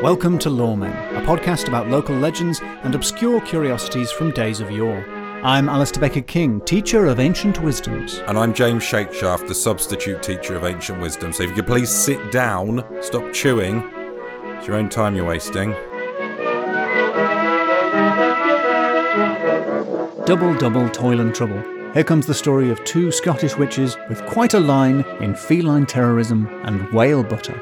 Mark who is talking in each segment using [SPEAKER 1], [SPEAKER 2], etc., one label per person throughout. [SPEAKER 1] Welcome to Lawmen, a podcast about local legends and obscure curiosities from days of yore. I'm Alistair Becker King, teacher of ancient wisdoms.
[SPEAKER 2] And I'm James Shakeshaft, the substitute teacher of ancient wisdom. So if you could please sit down, stop chewing. It's your own time you're wasting.
[SPEAKER 1] Double, double, toil and trouble. Here comes the story of two Scottish witches with quite a line in feline terrorism and whale butter.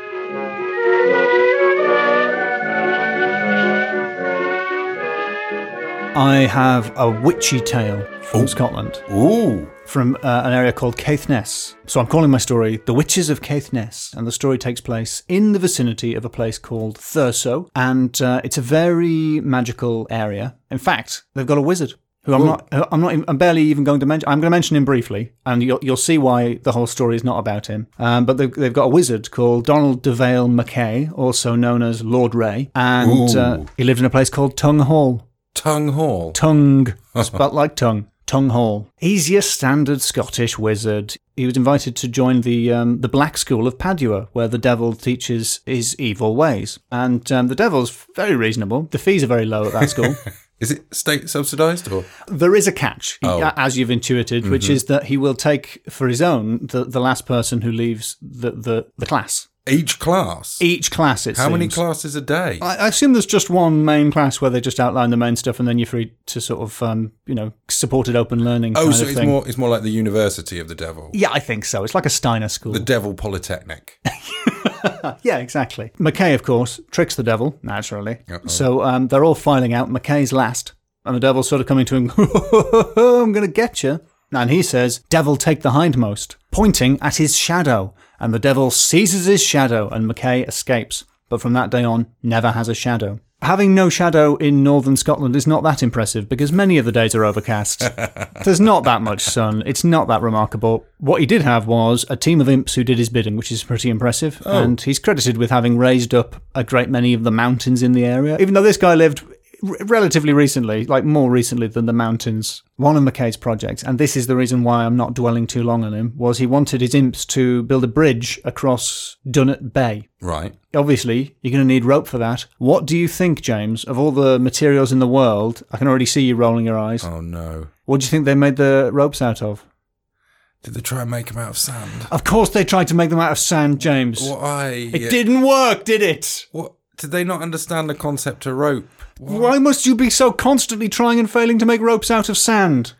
[SPEAKER 1] I have a witchy tale from
[SPEAKER 2] Ooh.
[SPEAKER 1] Scotland,
[SPEAKER 2] Ooh.
[SPEAKER 1] from uh, an area called Caithness. So I'm calling my story The Witches of Caithness, and the story takes place in the vicinity of a place called Thurso, and uh, it's a very magical area. In fact, they've got a wizard. Who I'm not, who I'm not, even, I'm barely even going to mention. I'm going to mention him briefly, and you'll, you'll see why the whole story is not about him. Um, but they've, they've got a wizard called Donald DeVale McKay, also known as Lord Ray, and uh,
[SPEAKER 2] Ooh.
[SPEAKER 1] he lived in a place called Tongue Hall,
[SPEAKER 2] Tongue Hall.
[SPEAKER 1] Tongue. Spelt like tongue. Tongue Hall. He's your standard Scottish wizard. He was invited to join the um, the Black School of Padua, where the devil teaches his evil ways. And um, the devil's very reasonable. The fees are very low at that school.
[SPEAKER 2] Is it state subsidised or?
[SPEAKER 1] there is a catch,
[SPEAKER 2] Oh.
[SPEAKER 1] as you've intuited, which
[SPEAKER 2] Mm-hmm.
[SPEAKER 1] is that he will take for his own the, the last person who leaves the, the, the class.
[SPEAKER 2] Each class.
[SPEAKER 1] Each class, it
[SPEAKER 2] How many
[SPEAKER 1] seems.
[SPEAKER 2] classes a day?
[SPEAKER 1] I I assume there's just one main class where they just outline the main stuff, and then you're free to sort of, um, you know, supported open learning.
[SPEAKER 2] oh,
[SPEAKER 1] kind
[SPEAKER 2] so
[SPEAKER 1] of
[SPEAKER 2] it's
[SPEAKER 1] thing.
[SPEAKER 2] more it's more like the University of the Devil.
[SPEAKER 1] Yeah, I think so. It's like a Steiner school.
[SPEAKER 2] The Devil Polytechnic.
[SPEAKER 1] yeah, exactly. McKay, of course, tricks the devil, naturally.
[SPEAKER 2] Uh-oh.
[SPEAKER 1] So um, they're all filing out. McKay's last. And the devil's sort of coming to him, I'm going to get you. And he says, Devil, take the hindmost, pointing at his shadow. And the devil seizes his shadow, and McKay escapes. But from that day on, never has a shadow. Having no shadow in northern Scotland is not that impressive because many of the days are overcast. There's not that much sun. It's not that remarkable. What he did have was a team of imps who did his bidding, which is pretty impressive. And he's credited with having raised up a great many of the mountains in the area. Even though this guy lived r- relatively recently, like more recently than the mountains, one of McKay's projects, and this is the reason why I'm not dwelling too long on him, was he wanted his imps to build a bridge across Dunnet Bay.
[SPEAKER 2] Right.
[SPEAKER 1] Obviously, you're going to need rope for that. What do you think, James, of all the materials in the world? I can already see you rolling your eyes.
[SPEAKER 2] Oh no.
[SPEAKER 1] What do you think they made the ropes out of?
[SPEAKER 2] Did they try and make him out of sand?
[SPEAKER 1] Of course, they tried to make them out of sand, James.
[SPEAKER 2] What I
[SPEAKER 1] It didn't work, did it?
[SPEAKER 2] What did they not understand the concept of rope?
[SPEAKER 1] Why must you be so constantly trying and failing to make ropes out of sand?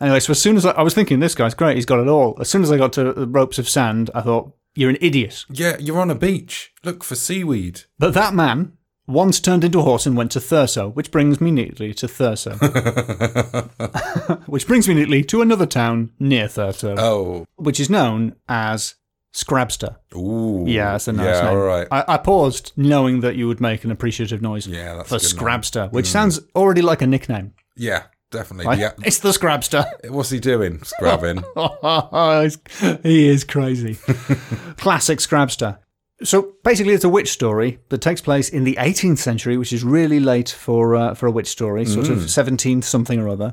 [SPEAKER 1] Anyway, so as soon as I, I was thinking, this guy's great, he's got it all. As soon as I got to the ropes of sand, I thought, you're an idiot.
[SPEAKER 2] Yeah, you're on a beach. Look for seaweed.
[SPEAKER 1] But that man once turned into a horse and went to Thurso, which brings me neatly to Thurso. which brings me neatly to another town near Thurso,
[SPEAKER 2] Oh.
[SPEAKER 1] which is known as Scrabster.
[SPEAKER 2] Ooh.
[SPEAKER 1] Yeah, that's a nice
[SPEAKER 2] yeah,
[SPEAKER 1] name.
[SPEAKER 2] All right.
[SPEAKER 1] I, I paused knowing that you would make an appreciative noise
[SPEAKER 2] Yeah, that's
[SPEAKER 1] for
[SPEAKER 2] a good name.
[SPEAKER 1] Scrabster, which sounds already like a nickname.
[SPEAKER 2] yeah, definitely.
[SPEAKER 1] Like,
[SPEAKER 2] yeah.
[SPEAKER 1] It's the Scrabster.
[SPEAKER 2] What's he doing? Scrubbing.
[SPEAKER 1] He's- he is crazy. Classic Scrabster. So basically, it's a witch story that takes place in the 18th century, which is really late for uh, for a witch story, sort
[SPEAKER 2] Mm.
[SPEAKER 1] of 17th something or other.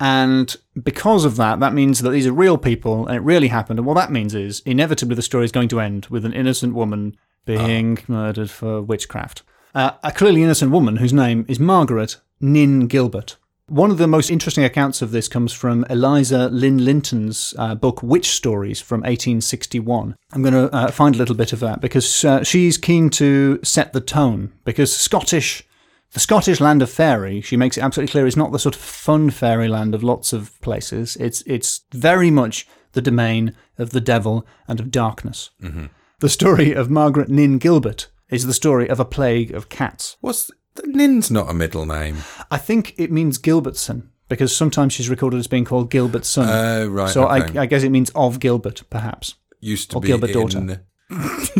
[SPEAKER 1] And because of that, that means that these are real people and it really happened. And what that means is inevitably the story is going to end with an innocent woman being murdered for witchcraft. Uh, a clearly innocent woman whose name is Margaret Nin Gilbert. One of the most interesting accounts of this comes from Eliza Lynn Linton's uh, book Witch Stories from 1861. I'm going to uh, find a little bit of that because uh, she's keen to set the tone because Scottish the Scottish land of fairy, she makes it absolutely clear, is not the sort of fun fairyland of lots of places. It's it's very much the domain of the devil and of darkness.
[SPEAKER 2] Mm-hmm.
[SPEAKER 1] The story of Margaret Nin Gilbert is the story of a plague of cats.
[SPEAKER 2] What's the, Nin's not a middle name.
[SPEAKER 1] I think it means Gilbertson because sometimes she's recorded as being called Gilbertson.
[SPEAKER 2] Oh, right.
[SPEAKER 1] so
[SPEAKER 2] okay.
[SPEAKER 1] I, I guess it means of Gilbert, perhaps.
[SPEAKER 2] used to
[SPEAKER 1] or
[SPEAKER 2] be
[SPEAKER 1] Gilbert
[SPEAKER 2] in,
[SPEAKER 1] Daughter.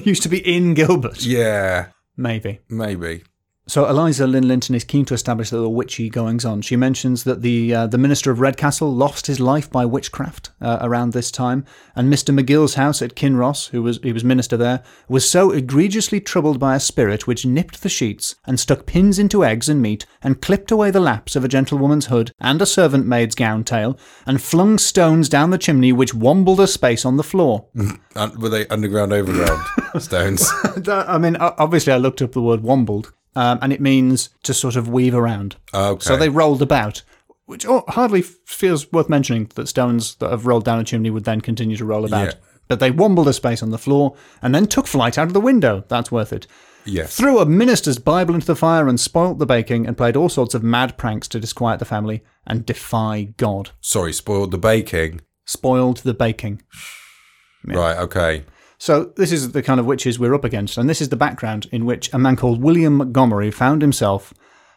[SPEAKER 1] Used to be in Gilbert,
[SPEAKER 2] Yeah,
[SPEAKER 1] maybe.
[SPEAKER 2] maybe.
[SPEAKER 1] So Eliza Lynn Linton is keen to establish the little witchy goings on. She mentions that the uh, the minister of Redcastle lost his life by witchcraft uh, around this time, and Mister McGill's house at Kinross, who was he was minister there, was so egregiously troubled by a spirit which nipped the sheets and stuck pins into eggs and meat, and clipped away the laps of a gentlewoman's hood and a servant maid's gown tail, and flung stones down the chimney which wombled a space on the floor.
[SPEAKER 2] Un- were they underground, overground stones?
[SPEAKER 1] I mean, o- obviously, I looked up the word wombled, um, and it means to sort of weave around.
[SPEAKER 2] Okay.
[SPEAKER 1] So they rolled about, which oh, hardly f- feels worth mentioning that stones that have rolled down a chimney would then continue to roll about.
[SPEAKER 2] Yeah.
[SPEAKER 1] But they wombled a space on the floor and then took flight out of the window. That's worth it.
[SPEAKER 2] yes.
[SPEAKER 1] Threw a minister's Bible into the fire and spoilt the baking and played all sorts of mad pranks to disquiet the family and defy God.
[SPEAKER 2] Sorry, spoiled the baking.
[SPEAKER 1] Spoiled the baking.
[SPEAKER 2] Right. Okay.
[SPEAKER 1] So this is the kind of witches we're up against, and this is the background in which a man called William Montgomery found himself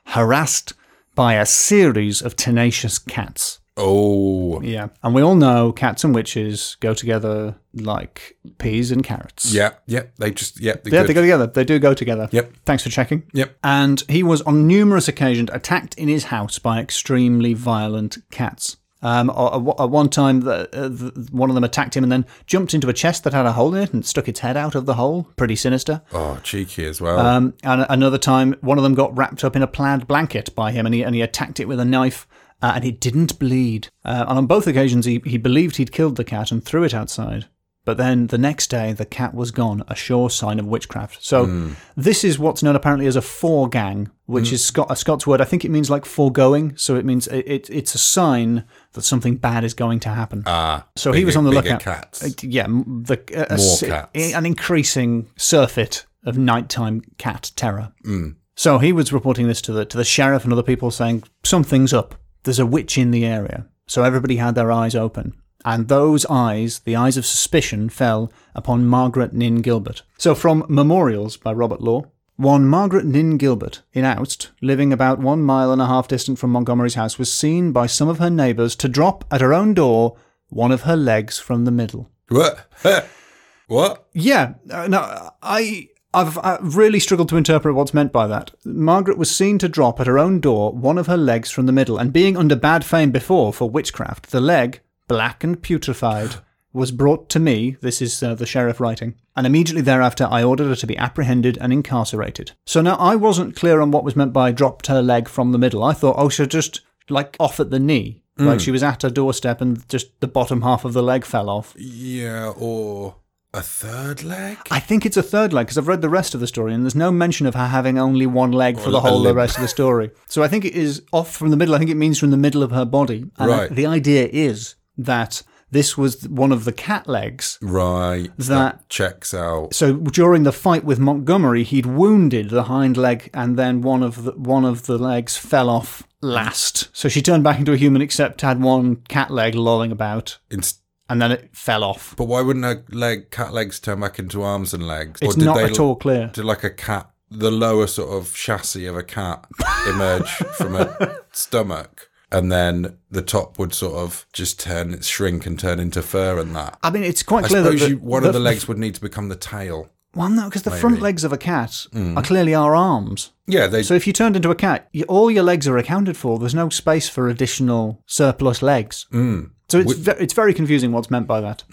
[SPEAKER 1] harassed by a series of tenacious cats.
[SPEAKER 2] Oh.
[SPEAKER 1] Yeah, and we all know cats and witches go together like peas and carrots.
[SPEAKER 2] Yeah. Yeah. They just. Yeah. They're
[SPEAKER 1] yeah,
[SPEAKER 2] good.
[SPEAKER 1] they go together. They do go together.
[SPEAKER 2] Yep.
[SPEAKER 1] Thanks for checking.
[SPEAKER 2] Yep.
[SPEAKER 1] And he was on numerous occasions attacked in his house by extremely violent cats. Um, at at one time, the, uh, the, one of them attacked him and then jumped into a chest that had a hole in it and stuck its head out of the hole. Pretty sinister.
[SPEAKER 2] Oh, cheeky as well.
[SPEAKER 1] Um, and another time, one of them got wrapped up in a plaid blanket by him, and he and he attacked it with a knife, uh, and it didn't bleed. Uh, and on both occasions, he he believed he'd killed the cat and threw it outside. But then the next day, the cat was gone, a sure sign of witchcraft. So
[SPEAKER 2] Hmm.
[SPEAKER 1] this is what's known apparently as a foregang, which is Scot- a Scots word. I think it means like foregoing. So it means it, it, it's a sign that something bad is going to happen.
[SPEAKER 2] ah.
[SPEAKER 1] so he was
[SPEAKER 2] bigger-
[SPEAKER 1] on the
[SPEAKER 2] bigger
[SPEAKER 1] lookout.
[SPEAKER 2] Cats.
[SPEAKER 1] Uh, yeah, m- the, uh, a
[SPEAKER 2] More
[SPEAKER 1] s-
[SPEAKER 2] cats.
[SPEAKER 1] an increasing surfeit of nighttime cat terror.
[SPEAKER 2] Mm.
[SPEAKER 1] So he was reporting this to the to the sheriff and other people, saying something's up. There's a witch in the area. So everybody had their eyes open, and those eyes, the eyes of suspicion, fell upon Margaret Nin Gilbert. So from Memorials by Robert Law. One Margaret Nin Gilbert in Oust, living about one mile and a half distant from Montgomery's house, was seen by some of her neighbours to drop at her own door one of her legs from the middle.
[SPEAKER 2] What? Huh. what?
[SPEAKER 1] Yeah, uh, no, I I've, I've really struggled to interpret what's meant by that. Margaret was seen to drop at her own door one of her legs from the middle, and being under bad fame before for witchcraft, the leg, black and putrefied, was brought to me. This is uh, the sheriff writing, and immediately thereafter I ordered her to be apprehended and incarcerated. So now I wasn't clear on what was meant by dropped her leg from the middle. I thought, oh, she just like off at the knee. Like she was at her doorstep and just the bottom half of the leg fell off.
[SPEAKER 2] Yeah. Or a third leg?
[SPEAKER 1] I think it's a third leg because I've read the rest of the story and there's no mention of her having only one leg for
[SPEAKER 2] Or
[SPEAKER 1] the
[SPEAKER 2] a
[SPEAKER 1] whole of the
[SPEAKER 2] limb.
[SPEAKER 1] rest of the story. So I think it is off from the middle. I think it means from the middle of her body. And I-
[SPEAKER 2] Right.
[SPEAKER 1] the idea is that this was one of the cat legs.
[SPEAKER 2] right.
[SPEAKER 1] That-
[SPEAKER 2] checks out.
[SPEAKER 1] So during the fight with Montgomery, he'd wounded the hind leg and then one of the, one of the legs fell off last. So she turned back into a human except had one cat leg lolling about
[SPEAKER 2] Inst-
[SPEAKER 1] and then it fell off.
[SPEAKER 2] but why wouldn't her leg cat legs turn back into arms and legs?
[SPEAKER 1] It's not at
[SPEAKER 2] l-
[SPEAKER 1] all clear.
[SPEAKER 2] Did like a cat, the lower sort of chassis of a cat emerge from her stomach, and then the top would sort of just turn, shrink, and turn into fur and that.
[SPEAKER 1] I mean, it's quite
[SPEAKER 2] I
[SPEAKER 1] clear that
[SPEAKER 2] suppose
[SPEAKER 1] the-
[SPEAKER 2] you, one
[SPEAKER 1] that
[SPEAKER 2] of the legs would need to become the tail.
[SPEAKER 1] Well, no, because the front legs of a cat
[SPEAKER 2] Mm.
[SPEAKER 1] are clearly our arms.
[SPEAKER 2] Yeah, they.
[SPEAKER 1] So if you turned into a cat, you, all your legs are accounted for. There's no space for additional surplus legs.
[SPEAKER 2] Mm.
[SPEAKER 1] So it's, ve- it's very confusing what's meant by that.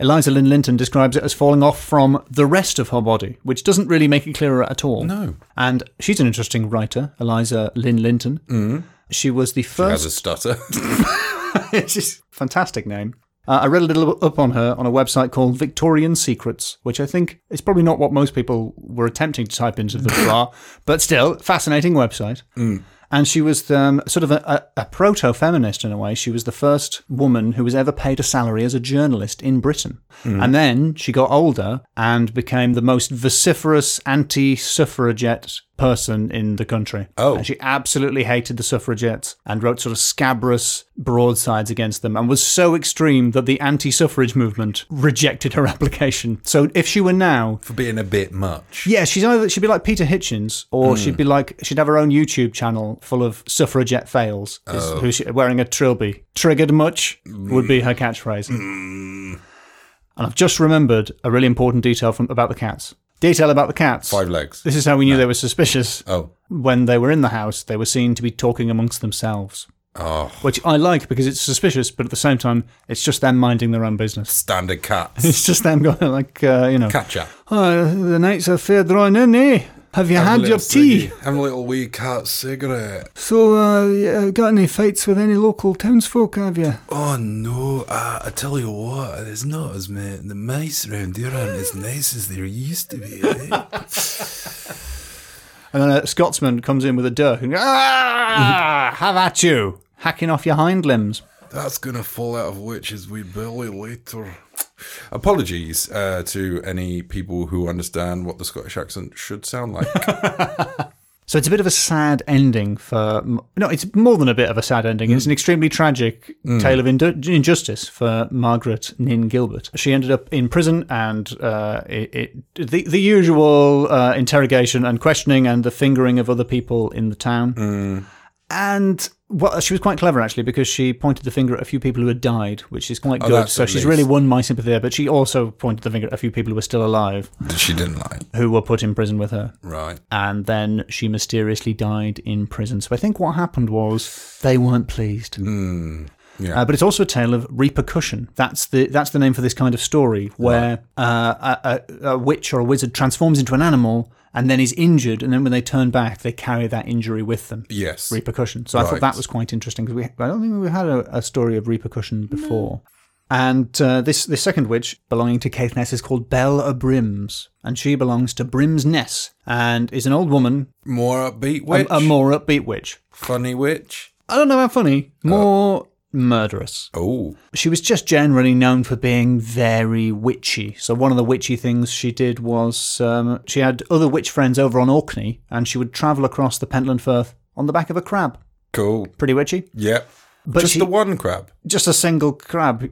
[SPEAKER 1] Eliza Lynn Linton describes it as falling off from the rest of her body, which doesn't really make it clearer at all.
[SPEAKER 2] no,
[SPEAKER 1] And she's an interesting writer, Eliza Lynn Linton. She was the first
[SPEAKER 2] Mm. has a stutter.
[SPEAKER 1] it's just a fantastic name. Uh, I read a little up on her on a website called Victorian Secrets, which I think is probably not what most people were attempting to type into the bar, but still, fascinating website. And she was um, sort of a, a, a proto feminist in a way. She was the first woman who was ever paid a salary as a journalist in Britain. And then she got older and became the most vociferous anti suffragette person in the country.
[SPEAKER 2] Oh.
[SPEAKER 1] And she absolutely hated the suffragettes and wrote sort of scabrous broadsides against them and was so extreme that the anti suffrage movement rejected her application. So if she were now,
[SPEAKER 2] for being a bit much.
[SPEAKER 1] yeah, she's either she'd be like Peter Hitchens, or she'd be like she'd have her own YouTube channel full of suffragette fails, is, who she, wearing a trilby. Triggered much would be her catchphrase. And I've just remembered a really important detail from about the cats. Detail about the cats.
[SPEAKER 2] Five legs.
[SPEAKER 1] This is how we knew they were suspicious.
[SPEAKER 2] Oh.
[SPEAKER 1] When they were in the house, they were seen to be talking amongst themselves,
[SPEAKER 2] Oh.
[SPEAKER 1] which I like because it's suspicious, but at the same time, it's just them minding their own business.
[SPEAKER 2] Standard cats.
[SPEAKER 1] It's just them going like, uh, you know,
[SPEAKER 2] Catcher.
[SPEAKER 1] oh, the nights are fair drawing in, eh? Have you had your tea?
[SPEAKER 2] Have a little wee cat cigarette.
[SPEAKER 1] So, uh, you got any fights with any local townsfolk, have you?
[SPEAKER 2] Oh no, uh, I tell you what, there's not as many. The mice around here aren't as nice as they used to be. Eh?
[SPEAKER 1] And then a Scotsman comes in with a dirk and goes, ah, have at you, hacking off your hind limbs.
[SPEAKER 2] That's gonna fall out of witch's wee belly later. Apologies uh, to any people who understand what the Scottish accent should sound like.
[SPEAKER 1] So it's a bit of a sad ending for. No, it's more than a bit of a sad ending.
[SPEAKER 2] Mm.
[SPEAKER 1] It's an extremely tragic tale of indu- injustice for Margaret Nin Gilbert. She ended up in prison, and uh, it, it, the the usual uh, interrogation and questioning, and the fingering of other people in the town.
[SPEAKER 2] Mm.
[SPEAKER 1] And well, she was quite clever actually, because she pointed the finger at a few people who had died, which is quite good.
[SPEAKER 2] Oh, that's
[SPEAKER 1] So
[SPEAKER 2] at
[SPEAKER 1] she's
[SPEAKER 2] least.
[SPEAKER 1] really won my sympathy there. But she also pointed the finger at a few people who were still alive,
[SPEAKER 2] That she didn't like.
[SPEAKER 1] who were put in prison with her
[SPEAKER 2] Right.
[SPEAKER 1] and then she mysteriously died in prison. So I think what happened was they weren't pleased.
[SPEAKER 2] yeah.
[SPEAKER 1] Uh, but it's also a tale of repercussion. That's the that's the name for this kind of story where uh, a, a, a witch or a wizard transforms into an animal and then is injured, and then when they turn back, they carry that injury with them.
[SPEAKER 2] Yes.
[SPEAKER 1] Repercussion. So I thought
[SPEAKER 2] Right.
[SPEAKER 1] that was quite interesting because we I don't think we had a, a story of repercussion before. And uh, this this second witch belonging to Caithness is called Bell o' Brims, and she belongs to Brim's Ness, and is an old woman
[SPEAKER 2] More upbeat witch.
[SPEAKER 1] a more upbeat witch.
[SPEAKER 2] funny witch.
[SPEAKER 1] I don't know how funny. More murderous.
[SPEAKER 2] Oh.
[SPEAKER 1] She was just generally known for being very witchy. So one of the witchy things she did was um, she had other witch friends over on Orkney, and she would travel across the Pentland Firth on the back of a crab.
[SPEAKER 2] Cool.
[SPEAKER 1] Pretty witchy.
[SPEAKER 2] Yep.
[SPEAKER 1] But
[SPEAKER 2] Just
[SPEAKER 1] she-
[SPEAKER 2] the one crab.
[SPEAKER 1] Just a single crab,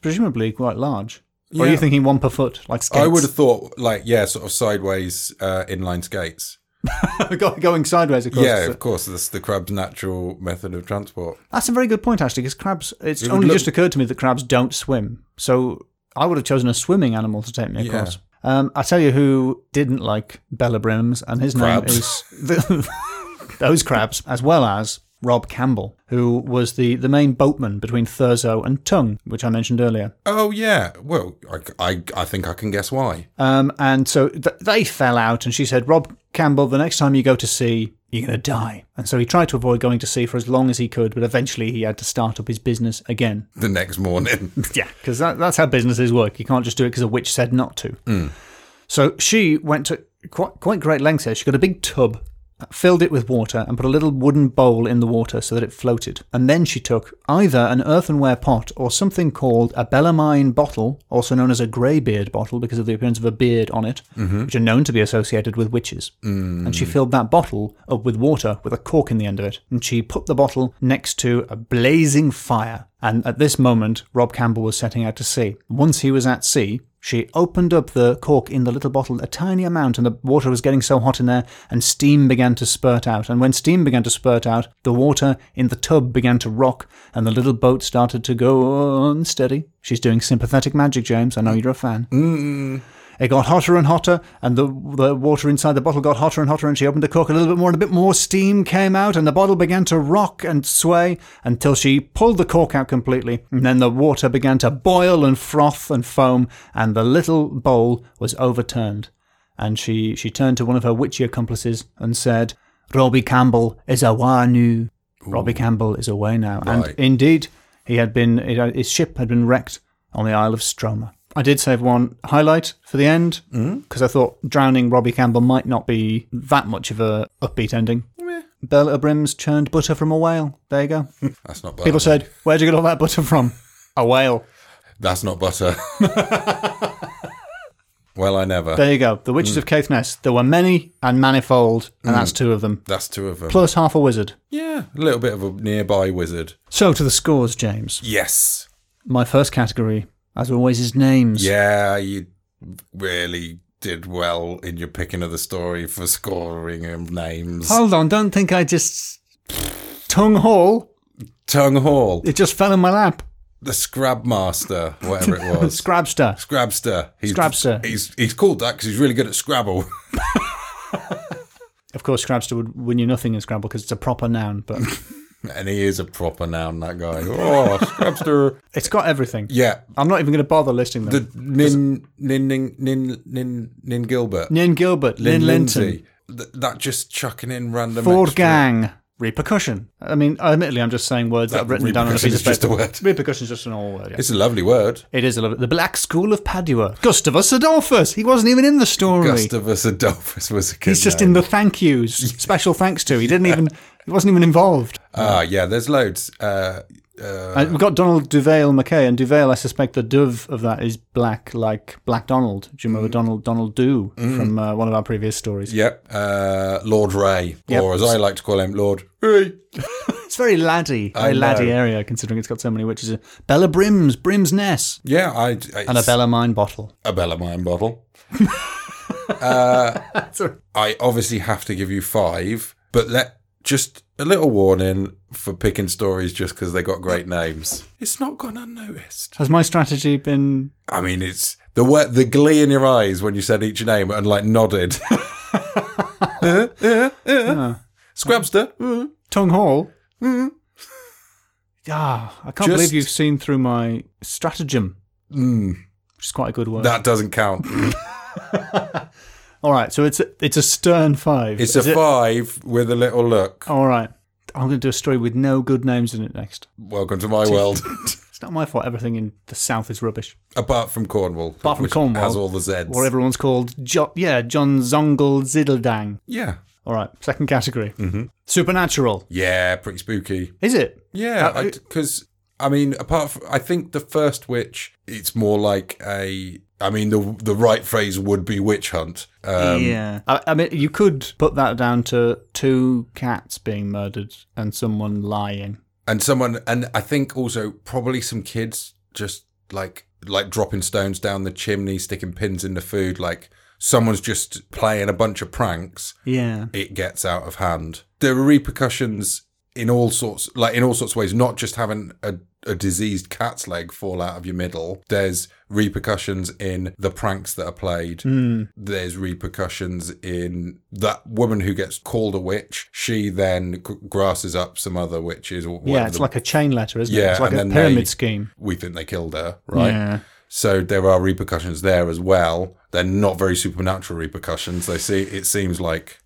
[SPEAKER 1] presumably quite large. Or are you
[SPEAKER 2] Yeah.
[SPEAKER 1] thinking one per foot, like skates?
[SPEAKER 2] I would have thought, like, yeah, sort of sideways uh, inline skates.
[SPEAKER 1] Go- going sideways across.
[SPEAKER 2] yeah,
[SPEAKER 1] the-
[SPEAKER 2] of course, that's the crab's natural method of transport.
[SPEAKER 1] That's a very good point, actually, because crabs. It's
[SPEAKER 2] It would
[SPEAKER 1] only
[SPEAKER 2] look-
[SPEAKER 1] just occurred to me that crabs don't swim. So I would have chosen a swimming animal to take me across. Um, I tell you who didn't like Bella Brims, and his
[SPEAKER 2] Crabs.
[SPEAKER 1] name is the, those crabs, as well as Rob Campbell, who was the, the main boatman between Thurso and Tongue, which I mentioned earlier.
[SPEAKER 2] Oh, yeah. Well, I, I, I think I can guess why.
[SPEAKER 1] Um, and so th- they fell out, and she said, Rob Campbell, the next time you go to sea, you're going to die. And so he tried to avoid going to sea for as long as he could, but eventually he had to start up his business again.
[SPEAKER 2] The next morning.
[SPEAKER 1] Yeah, because that, that's how businesses work. You can't just do it because a witch said not to. So she went to quite, quite great lengths here. She got a big tub, filled it with water, and put a little wooden bowl in the water so that it floated. And then she took either an earthenware pot or something called a Bellarmine bottle, also known as a greybeard bottle because of the appearance of a beard on it, which are known to be associated with witches. And she filled that bottle up with water with a cork in the end of it. And she put the bottle next to a blazing fire. And at this moment, Rob Campbell was setting out to sea. Once he was at sea, she opened up the cork in the little bottle a tiny amount, and the water was getting so hot in there, and steam began to spurt out. And when steam began to spurt out, the water in the tub began to rock, and the little boat started to go unsteady. She's doing sympathetic magic, James. I know you're a fan. It got hotter and hotter, and the, the water inside the bottle got hotter and hotter. And she opened the cork a little bit more, and a bit more steam came out, and the bottle began to rock and sway until she pulled the cork out completely. And then the water began to boil and froth and foam, and the little bowl was overturned. And she, she turned to one of her witchy accomplices and said, Robbie Campbell is away now. Robbie Campbell is away now.
[SPEAKER 2] Right.
[SPEAKER 1] And indeed, he had been it had- his ship had been wrecked on the Isle of Stroma. I did save one highlight for the end because I thought drowning Robbie Campbell might not be that much of a upbeat ending. Bell at Brims churned butter from a whale. There you go.
[SPEAKER 2] That's not butter.
[SPEAKER 1] People said, "Where'd you get all that butter from?" A whale.
[SPEAKER 2] That's not butter. well, I never.
[SPEAKER 1] There you go. The witches of Caithness. There were many and manifold, and that's two of them.
[SPEAKER 2] That's two of them.
[SPEAKER 1] Plus half a wizard.
[SPEAKER 2] yeah, a little bit of a nearby wizard.
[SPEAKER 1] So to the scores, James.
[SPEAKER 2] Yes.
[SPEAKER 1] My first category, as always, is names.
[SPEAKER 2] Yeah, you really did well in your picking of the story for scoring and names.
[SPEAKER 1] Hold on, don't think I just tongue haul.
[SPEAKER 2] Tongue Hall.
[SPEAKER 1] It just fell in my lap.
[SPEAKER 2] the Scrab Master, whatever it was.
[SPEAKER 1] Scrabster.
[SPEAKER 2] Scrabster. He's,
[SPEAKER 1] Scrabster.
[SPEAKER 2] He's, he's called that because he's really good at Scrabble.
[SPEAKER 1] Of course, Scrabster would win you nothing in Scrabble because it's a proper noun, but
[SPEAKER 2] and he is a proper noun, that guy. Oh, Scrabster.
[SPEAKER 1] it's got everything.
[SPEAKER 2] Yeah.
[SPEAKER 1] I'm not even going to bother listing them.
[SPEAKER 2] The Nin, Nin, Nin, Nin, Nin, Nin Gilbert.
[SPEAKER 1] Nin Gilbert, Lynn, Linton,
[SPEAKER 2] Lindsay. Th- that just chucking in random.
[SPEAKER 1] Ford
[SPEAKER 2] extra-
[SPEAKER 1] Gang, Repercussion. I mean, admittedly, I'm just saying words that, I've written down on a
[SPEAKER 2] repercussion
[SPEAKER 1] piece
[SPEAKER 2] is
[SPEAKER 1] of
[SPEAKER 2] just a
[SPEAKER 1] paper.
[SPEAKER 2] word.
[SPEAKER 1] Repercussion is just an all word. Yeah.
[SPEAKER 2] It's a lovely word.
[SPEAKER 1] It is a little bit. The Black School of Padua. Gustavus Adolphus. He wasn't even in the story.
[SPEAKER 2] Gustavus Adolphus was a good
[SPEAKER 1] He's just
[SPEAKER 2] name.
[SPEAKER 1] in the thank yous. Special thanks to. He didn't even. He wasn't even involved.
[SPEAKER 2] Ah, yeah, there's loads. Uh, uh,
[SPEAKER 1] And we've got Donald Duval McKay, and Duval, I suspect the dove of that is black, like Black Donald. Do you
[SPEAKER 2] Mm.
[SPEAKER 1] remember Donald Donald Doo from uh, one of our previous stories?
[SPEAKER 2] yep. Uh, Lord Ray,
[SPEAKER 1] Yep.
[SPEAKER 2] or as I like to call him, Lord Ray.
[SPEAKER 1] It's very laddie, very
[SPEAKER 2] know.
[SPEAKER 1] laddie area, considering it's got so many witches. Bella Brims, Brims Ness,
[SPEAKER 2] Yeah, I. It's
[SPEAKER 1] and a Bella Mine bottle.
[SPEAKER 2] a Bella Mine bottle. I obviously have to give you five, but let just a little warning for picking stories just because they got great names. It's not gone unnoticed.
[SPEAKER 1] Has my strategy been?
[SPEAKER 2] I mean, it's the wa- the glee in your eyes when you said each name and like nodded. uh, uh, uh. Scrabster. Uh.
[SPEAKER 1] Tongue Hall. Ah, I can't
[SPEAKER 2] Mm-hmm. Just- Mm.
[SPEAKER 1] believe you've seen through my stratagem, which is quite a good word.
[SPEAKER 2] That doesn't count.
[SPEAKER 1] All right, so it's a, it's a stern five.
[SPEAKER 2] It's
[SPEAKER 1] Is
[SPEAKER 2] a
[SPEAKER 1] it-
[SPEAKER 2] five with a little look.
[SPEAKER 1] All right, I'm going to do a story with no good names in it next.
[SPEAKER 2] Welcome to my world.
[SPEAKER 1] It's not my fault. Everything in the south is rubbish,
[SPEAKER 2] Apart from Cornwall.
[SPEAKER 1] Apart from
[SPEAKER 2] which
[SPEAKER 1] Cornwall.
[SPEAKER 2] Has all the Zs.
[SPEAKER 1] or everyone's called jo- yeah John Zongle Ziddledang.
[SPEAKER 2] Yeah.
[SPEAKER 1] All right, second category. Mm-hmm. Supernatural
[SPEAKER 2] Yeah, pretty spooky.
[SPEAKER 1] is it? Uh,
[SPEAKER 2] Yeah, because I, mean, apart from I think the first witch, it's more like a. I mean, the the right phrase would be witch hunt. Um,
[SPEAKER 1] yeah. I, I mean, you could put that down to two cats being murdered and someone lying.
[SPEAKER 2] and someone, and I think also probably some kids just like like dropping stones down the chimney, sticking pins in the food, like someone's just playing a bunch of pranks.
[SPEAKER 1] Yeah.
[SPEAKER 2] It gets out of hand. There are repercussions in all sorts, like in all sorts of ways. Not just having a a diseased cat's leg fall out of your middle. There's repercussions in the pranks that are played.
[SPEAKER 1] Hmm.
[SPEAKER 2] There's repercussions in that woman who gets called a witch. She then g- grasses up some other witches. Or
[SPEAKER 1] Yeah,
[SPEAKER 2] whatever
[SPEAKER 1] it's
[SPEAKER 2] the-
[SPEAKER 1] like a chain letter, isn't it?
[SPEAKER 2] Yeah,
[SPEAKER 1] It's like
[SPEAKER 2] and
[SPEAKER 1] a
[SPEAKER 2] then
[SPEAKER 1] pyramid
[SPEAKER 2] they-
[SPEAKER 1] scheme.
[SPEAKER 2] we think they killed her, right?
[SPEAKER 1] Yeah.
[SPEAKER 2] So there are repercussions there as well. They're not very supernatural repercussions. They see it seems like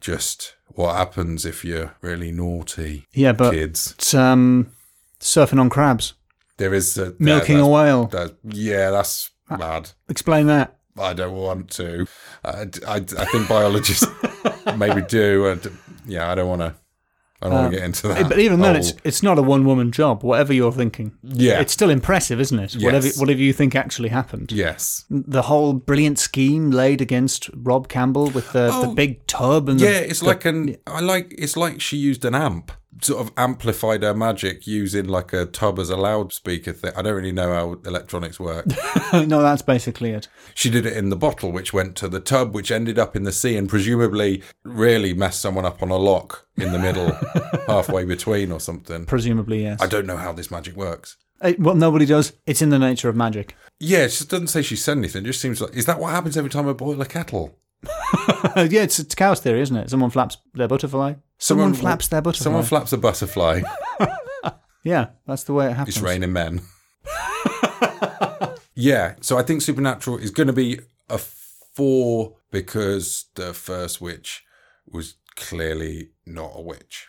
[SPEAKER 2] just what happens if you're really naughty
[SPEAKER 1] Yeah, but
[SPEAKER 2] kids.
[SPEAKER 1] it's, um, surfing on crabs,
[SPEAKER 2] There is a,
[SPEAKER 1] milking a
[SPEAKER 2] yeah,
[SPEAKER 1] whale.
[SPEAKER 2] that's, that's- yeah, that's bad.
[SPEAKER 1] Explain that.
[SPEAKER 2] I don't want to. I, I, I think biologists maybe do. I d yeah, I don't want to. I don't want to get into that.
[SPEAKER 1] Um, But even then,
[SPEAKER 2] whole-
[SPEAKER 1] it's it's not a one woman job. Whatever you're thinking,
[SPEAKER 2] yeah,
[SPEAKER 1] it's still impressive, isn't it? Whatever
[SPEAKER 2] Yes.
[SPEAKER 1] whatever you think actually happened.
[SPEAKER 2] yes,
[SPEAKER 1] The whole brilliant scheme laid against Rob Campbell with the, the
[SPEAKER 2] Oh.
[SPEAKER 1] big tub and the-
[SPEAKER 2] Yeah, it's like an I like it's like she used an amp, sort of amplified her magic using like a tub as a loudspeaker thing. I don't really know how electronics work.
[SPEAKER 1] no, that's basically it.
[SPEAKER 2] she did it in the bottle, which went to the tub, which ended up in the sea, and presumably really messed someone up on a lock in the middle, halfway between or something.
[SPEAKER 1] Presumably, yes.
[SPEAKER 2] I don't know how this magic works.
[SPEAKER 1] Uh, well, nobody does. It's in the nature of magic.
[SPEAKER 2] Yeah, she doesn't say she said anything. It just seems like is that what happens every time I boil a kettle?
[SPEAKER 1] Uh, yeah, it's, it's cow's theory, isn't it? Someone flaps their butterfly. Someone, flaps their butterfly.
[SPEAKER 2] Someone flaps a butterfly.
[SPEAKER 1] yeah, that's the way it happens.
[SPEAKER 2] It's raining men. yeah, so I think Supernatural is going to be a four because the first witch was clearly not a witch.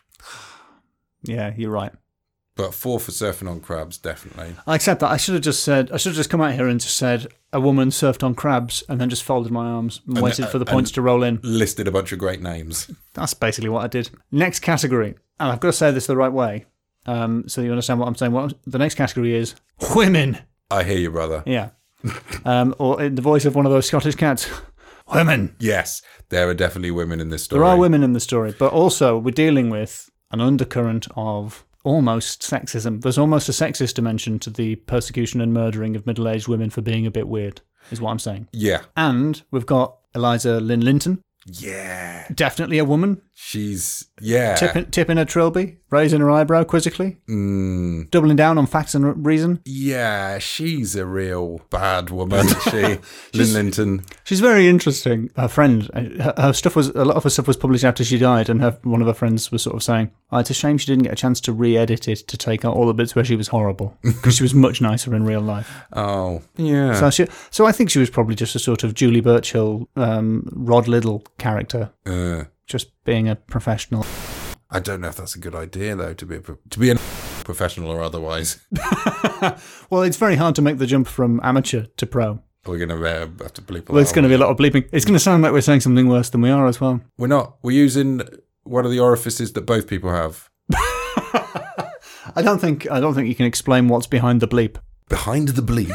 [SPEAKER 1] Yeah, you're right.
[SPEAKER 2] But four for surfing on crabs, definitely.
[SPEAKER 1] I accept that. I should have just said. I should have just come out here and just said a woman surfed on crabs and then just folded my arms and, waited for the points to roll in.
[SPEAKER 2] Listed a bunch of great names.
[SPEAKER 1] That's basically what I did. Next category, and I've got to say this the right way, um, so you understand what I'm saying. Well, the next category is women.
[SPEAKER 2] I hear you, brother.
[SPEAKER 1] Yeah, um, or in the voice of one of those Scottish cats, women.
[SPEAKER 2] Yes, there are definitely women in this story.
[SPEAKER 1] There are women in the story, but also we're dealing with an undercurrent of almost sexism. There's almost a sexist dimension to the persecution and murdering of middle aged women for being a bit weird, is what I'm saying.
[SPEAKER 2] Yeah.
[SPEAKER 1] And we've got Eliza Lynn Linton,
[SPEAKER 2] Yeah.
[SPEAKER 1] definitely a woman,
[SPEAKER 2] She's, yeah.
[SPEAKER 1] tipping, tipping a trilby. Raising her eyebrow quizzically,
[SPEAKER 2] Mm,
[SPEAKER 1] doubling down on facts and r- reason.
[SPEAKER 2] yeah, she's a real bad woman, isn't she? Lynn Linton.
[SPEAKER 1] She's very interesting. Her friend, uh, her, her stuff was a lot of her stuff was published after she died, and her one of her friends was sort of saying, oh, "It's a shame she didn't get a chance to re-edit it to take out all the bits where she was horrible because she was much nicer in real life."
[SPEAKER 2] Oh, yeah.
[SPEAKER 1] So, she, so I think she was probably just a sort of Julie Birchill, um, Rod Little character,
[SPEAKER 2] Uh,
[SPEAKER 1] just being a professional.
[SPEAKER 2] I don't know if that's a good idea though to be a, pro- to be a professional or otherwise.
[SPEAKER 1] Well, it's very hard to make the jump from amateur to pro.
[SPEAKER 2] We're gonna uh, have to bleep. all
[SPEAKER 1] Well, it's
[SPEAKER 2] that
[SPEAKER 1] going to
[SPEAKER 2] out.
[SPEAKER 1] be a lot of bleeping. It's going to sound like we're saying something worse than we are as well.
[SPEAKER 2] We're not. We're using one of the orifices that both people have
[SPEAKER 1] I don't think I don't think you can explain what's behind the bleep.
[SPEAKER 2] behind the bleep.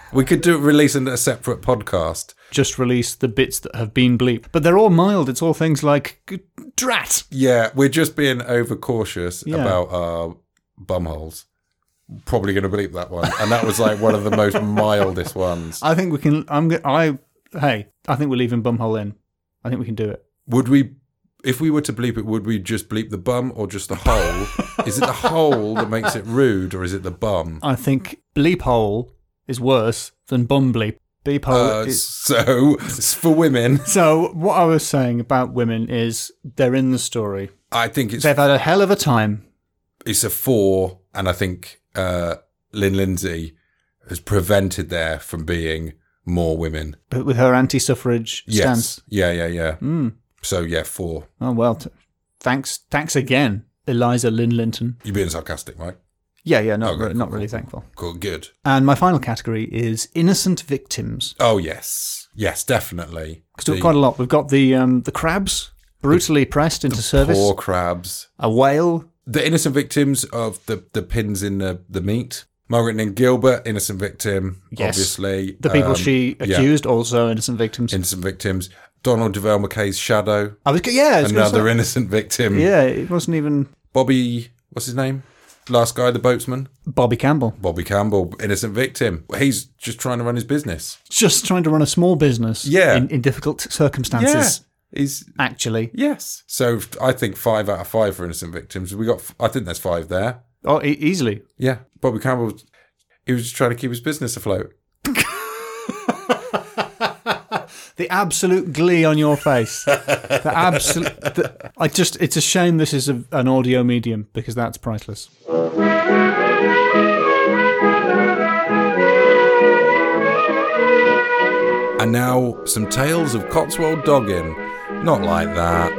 [SPEAKER 2] we could do release in a separate podcast.
[SPEAKER 1] Just release the bits that have been bleep, but they're all mild. It's all things like g- drat.
[SPEAKER 2] Yeah, we're just being overcautious
[SPEAKER 1] Yeah.
[SPEAKER 2] about our bumholes. Probably going to bleep that one, and that was like one of the most mildest ones.
[SPEAKER 1] I think we can. I'm. go- I. Hey, I think we're leaving bumhole in. I think we can do it.
[SPEAKER 2] Would we, if we were to bleep it, would we just bleep the bum or just the hole? is it the hole that makes it rude, or is it the bum?
[SPEAKER 1] I think bleep hole is worse than bum bleep. Beep hole
[SPEAKER 2] Uh,
[SPEAKER 1] is,
[SPEAKER 2] so s- for women,
[SPEAKER 1] So what I was saying about women is they're in the story.
[SPEAKER 2] I think it's
[SPEAKER 1] They've had a hell of a time.
[SPEAKER 2] it's a four, and I think uh, Lynn Lindsay has prevented there from being more women.
[SPEAKER 1] But with her anti-suffrage
[SPEAKER 2] Yes,
[SPEAKER 1] stance,
[SPEAKER 2] yeah, yeah, yeah.
[SPEAKER 1] Hmm.
[SPEAKER 2] So yeah, four.
[SPEAKER 1] oh well. T- thanks, thanks again, Eliza Lynn Linton.
[SPEAKER 2] You're being sarcastic, right?
[SPEAKER 1] Yeah, yeah, not
[SPEAKER 2] Okay,
[SPEAKER 1] re-
[SPEAKER 2] cool,
[SPEAKER 1] not really thankful.
[SPEAKER 2] Cool, good.
[SPEAKER 1] And my final category is innocent victims.
[SPEAKER 2] Oh yes, yes, definitely.
[SPEAKER 1] Because quite a lot. We've got the um, the crabs brutally pressed into service.
[SPEAKER 2] Poor crabs.
[SPEAKER 1] A whale.
[SPEAKER 2] The innocent victims of the the pins in the the meat. Margaret and Gilbert, innocent victim,
[SPEAKER 1] Yes.
[SPEAKER 2] obviously.
[SPEAKER 1] The people
[SPEAKER 2] Um,
[SPEAKER 1] she
[SPEAKER 2] yeah.
[SPEAKER 1] accused also innocent victims.
[SPEAKER 2] Innocent victims. Donald DeVell McKay's shadow,
[SPEAKER 1] I was g- yeah, I was gonna
[SPEAKER 2] another
[SPEAKER 1] say-
[SPEAKER 2] innocent victim.
[SPEAKER 1] yeah. It wasn't even
[SPEAKER 2] Bobby, what's his name? Last guy, the boatsman.
[SPEAKER 1] Bobby Campbell.
[SPEAKER 2] Bobby Campbell, innocent victim. He's just trying to run his business.
[SPEAKER 1] just trying to run a small business
[SPEAKER 2] Yeah.
[SPEAKER 1] in, in difficult circumstances
[SPEAKER 2] He's
[SPEAKER 1] actually
[SPEAKER 2] yes. So I think five out of five for innocent victims. We got. I think there's five there.
[SPEAKER 1] oh e- easily
[SPEAKER 2] Yeah, Bobby Campbell. He was just trying to keep his business afloat.
[SPEAKER 1] the absolute glee on your face the absolute the, i just it's a shame this is a, an audio medium because that's priceless
[SPEAKER 2] And now some tales of Cotswold dogging. Not like that.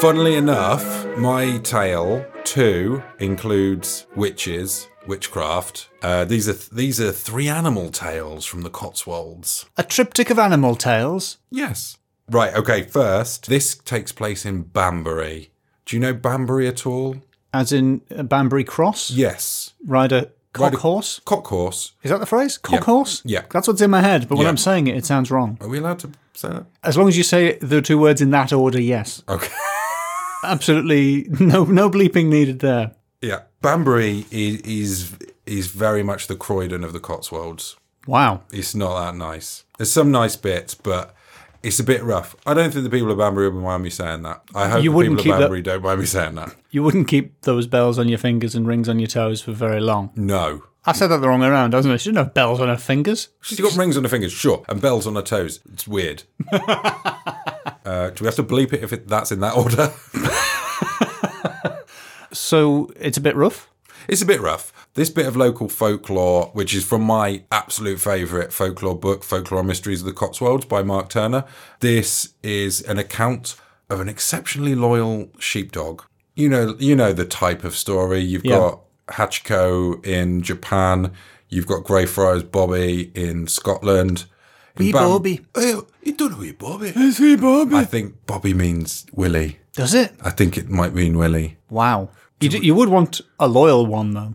[SPEAKER 2] Funnily enough, my tale too includes witches, witchcraft. Uh, these are these are three animal tales from the Cotswolds.
[SPEAKER 1] a triptych of animal tales
[SPEAKER 2] Yes. Right. Okay. First, this takes place in Banbury. Do you know Banbury at all?
[SPEAKER 1] as in uh, Banbury Cross,
[SPEAKER 2] Yes.
[SPEAKER 1] ride a cock
[SPEAKER 2] Ride a-
[SPEAKER 1] horse.
[SPEAKER 2] Cock horse.
[SPEAKER 1] Is that the phrase? Cock horse?
[SPEAKER 2] Yeah.
[SPEAKER 1] That's what's in my head, but when
[SPEAKER 2] Yeah.
[SPEAKER 1] I'm saying it, it sounds wrong.
[SPEAKER 2] Are we allowed to say that?
[SPEAKER 1] As long as you say the two words in that order, yes.
[SPEAKER 2] Okay.
[SPEAKER 1] Absolutely no, no bleeping needed there.
[SPEAKER 2] Yeah. Banbury is is, is very much the Croydon of the Cotswolds.
[SPEAKER 1] Wow.
[SPEAKER 2] It's not that nice. There's some nice bits, but it's a bit rough. I don't think the people of Banbury will mind me saying that. I hope
[SPEAKER 1] You
[SPEAKER 2] the
[SPEAKER 1] wouldn't
[SPEAKER 2] people
[SPEAKER 1] keep
[SPEAKER 2] of
[SPEAKER 1] that-
[SPEAKER 2] Banbury don't mind me saying that.
[SPEAKER 1] You wouldn't keep those bells on your fingers and rings on your toes for very long.
[SPEAKER 2] No.
[SPEAKER 1] I said that the wrong way around, doesn't it? She didn't have bells on her fingers.
[SPEAKER 2] She's got rings on her fingers, sure, and bells on her toes. It's weird. uh, do we have to bleep it if it, that's in that order?
[SPEAKER 1] So it's a bit rough.
[SPEAKER 2] It's a bit rough. This bit of local folklore, which is from my absolute favourite folklore book, Folklore and Mysteries of the Cotswolds by Mark Turner, this is an account of an exceptionally loyal sheepdog. You know, you know the type of story. You've got Hachiko in Japan. You've got Greyfriars Bobby in Scotland. Wee
[SPEAKER 1] Bobby.
[SPEAKER 2] Oh, you don't know wee Bobby.
[SPEAKER 1] Hey, Bobby.
[SPEAKER 2] I think Bobby means Willie.
[SPEAKER 1] Does it?
[SPEAKER 2] I think it might mean Willie.
[SPEAKER 1] Wow. You, d- you would want a loyal one, though.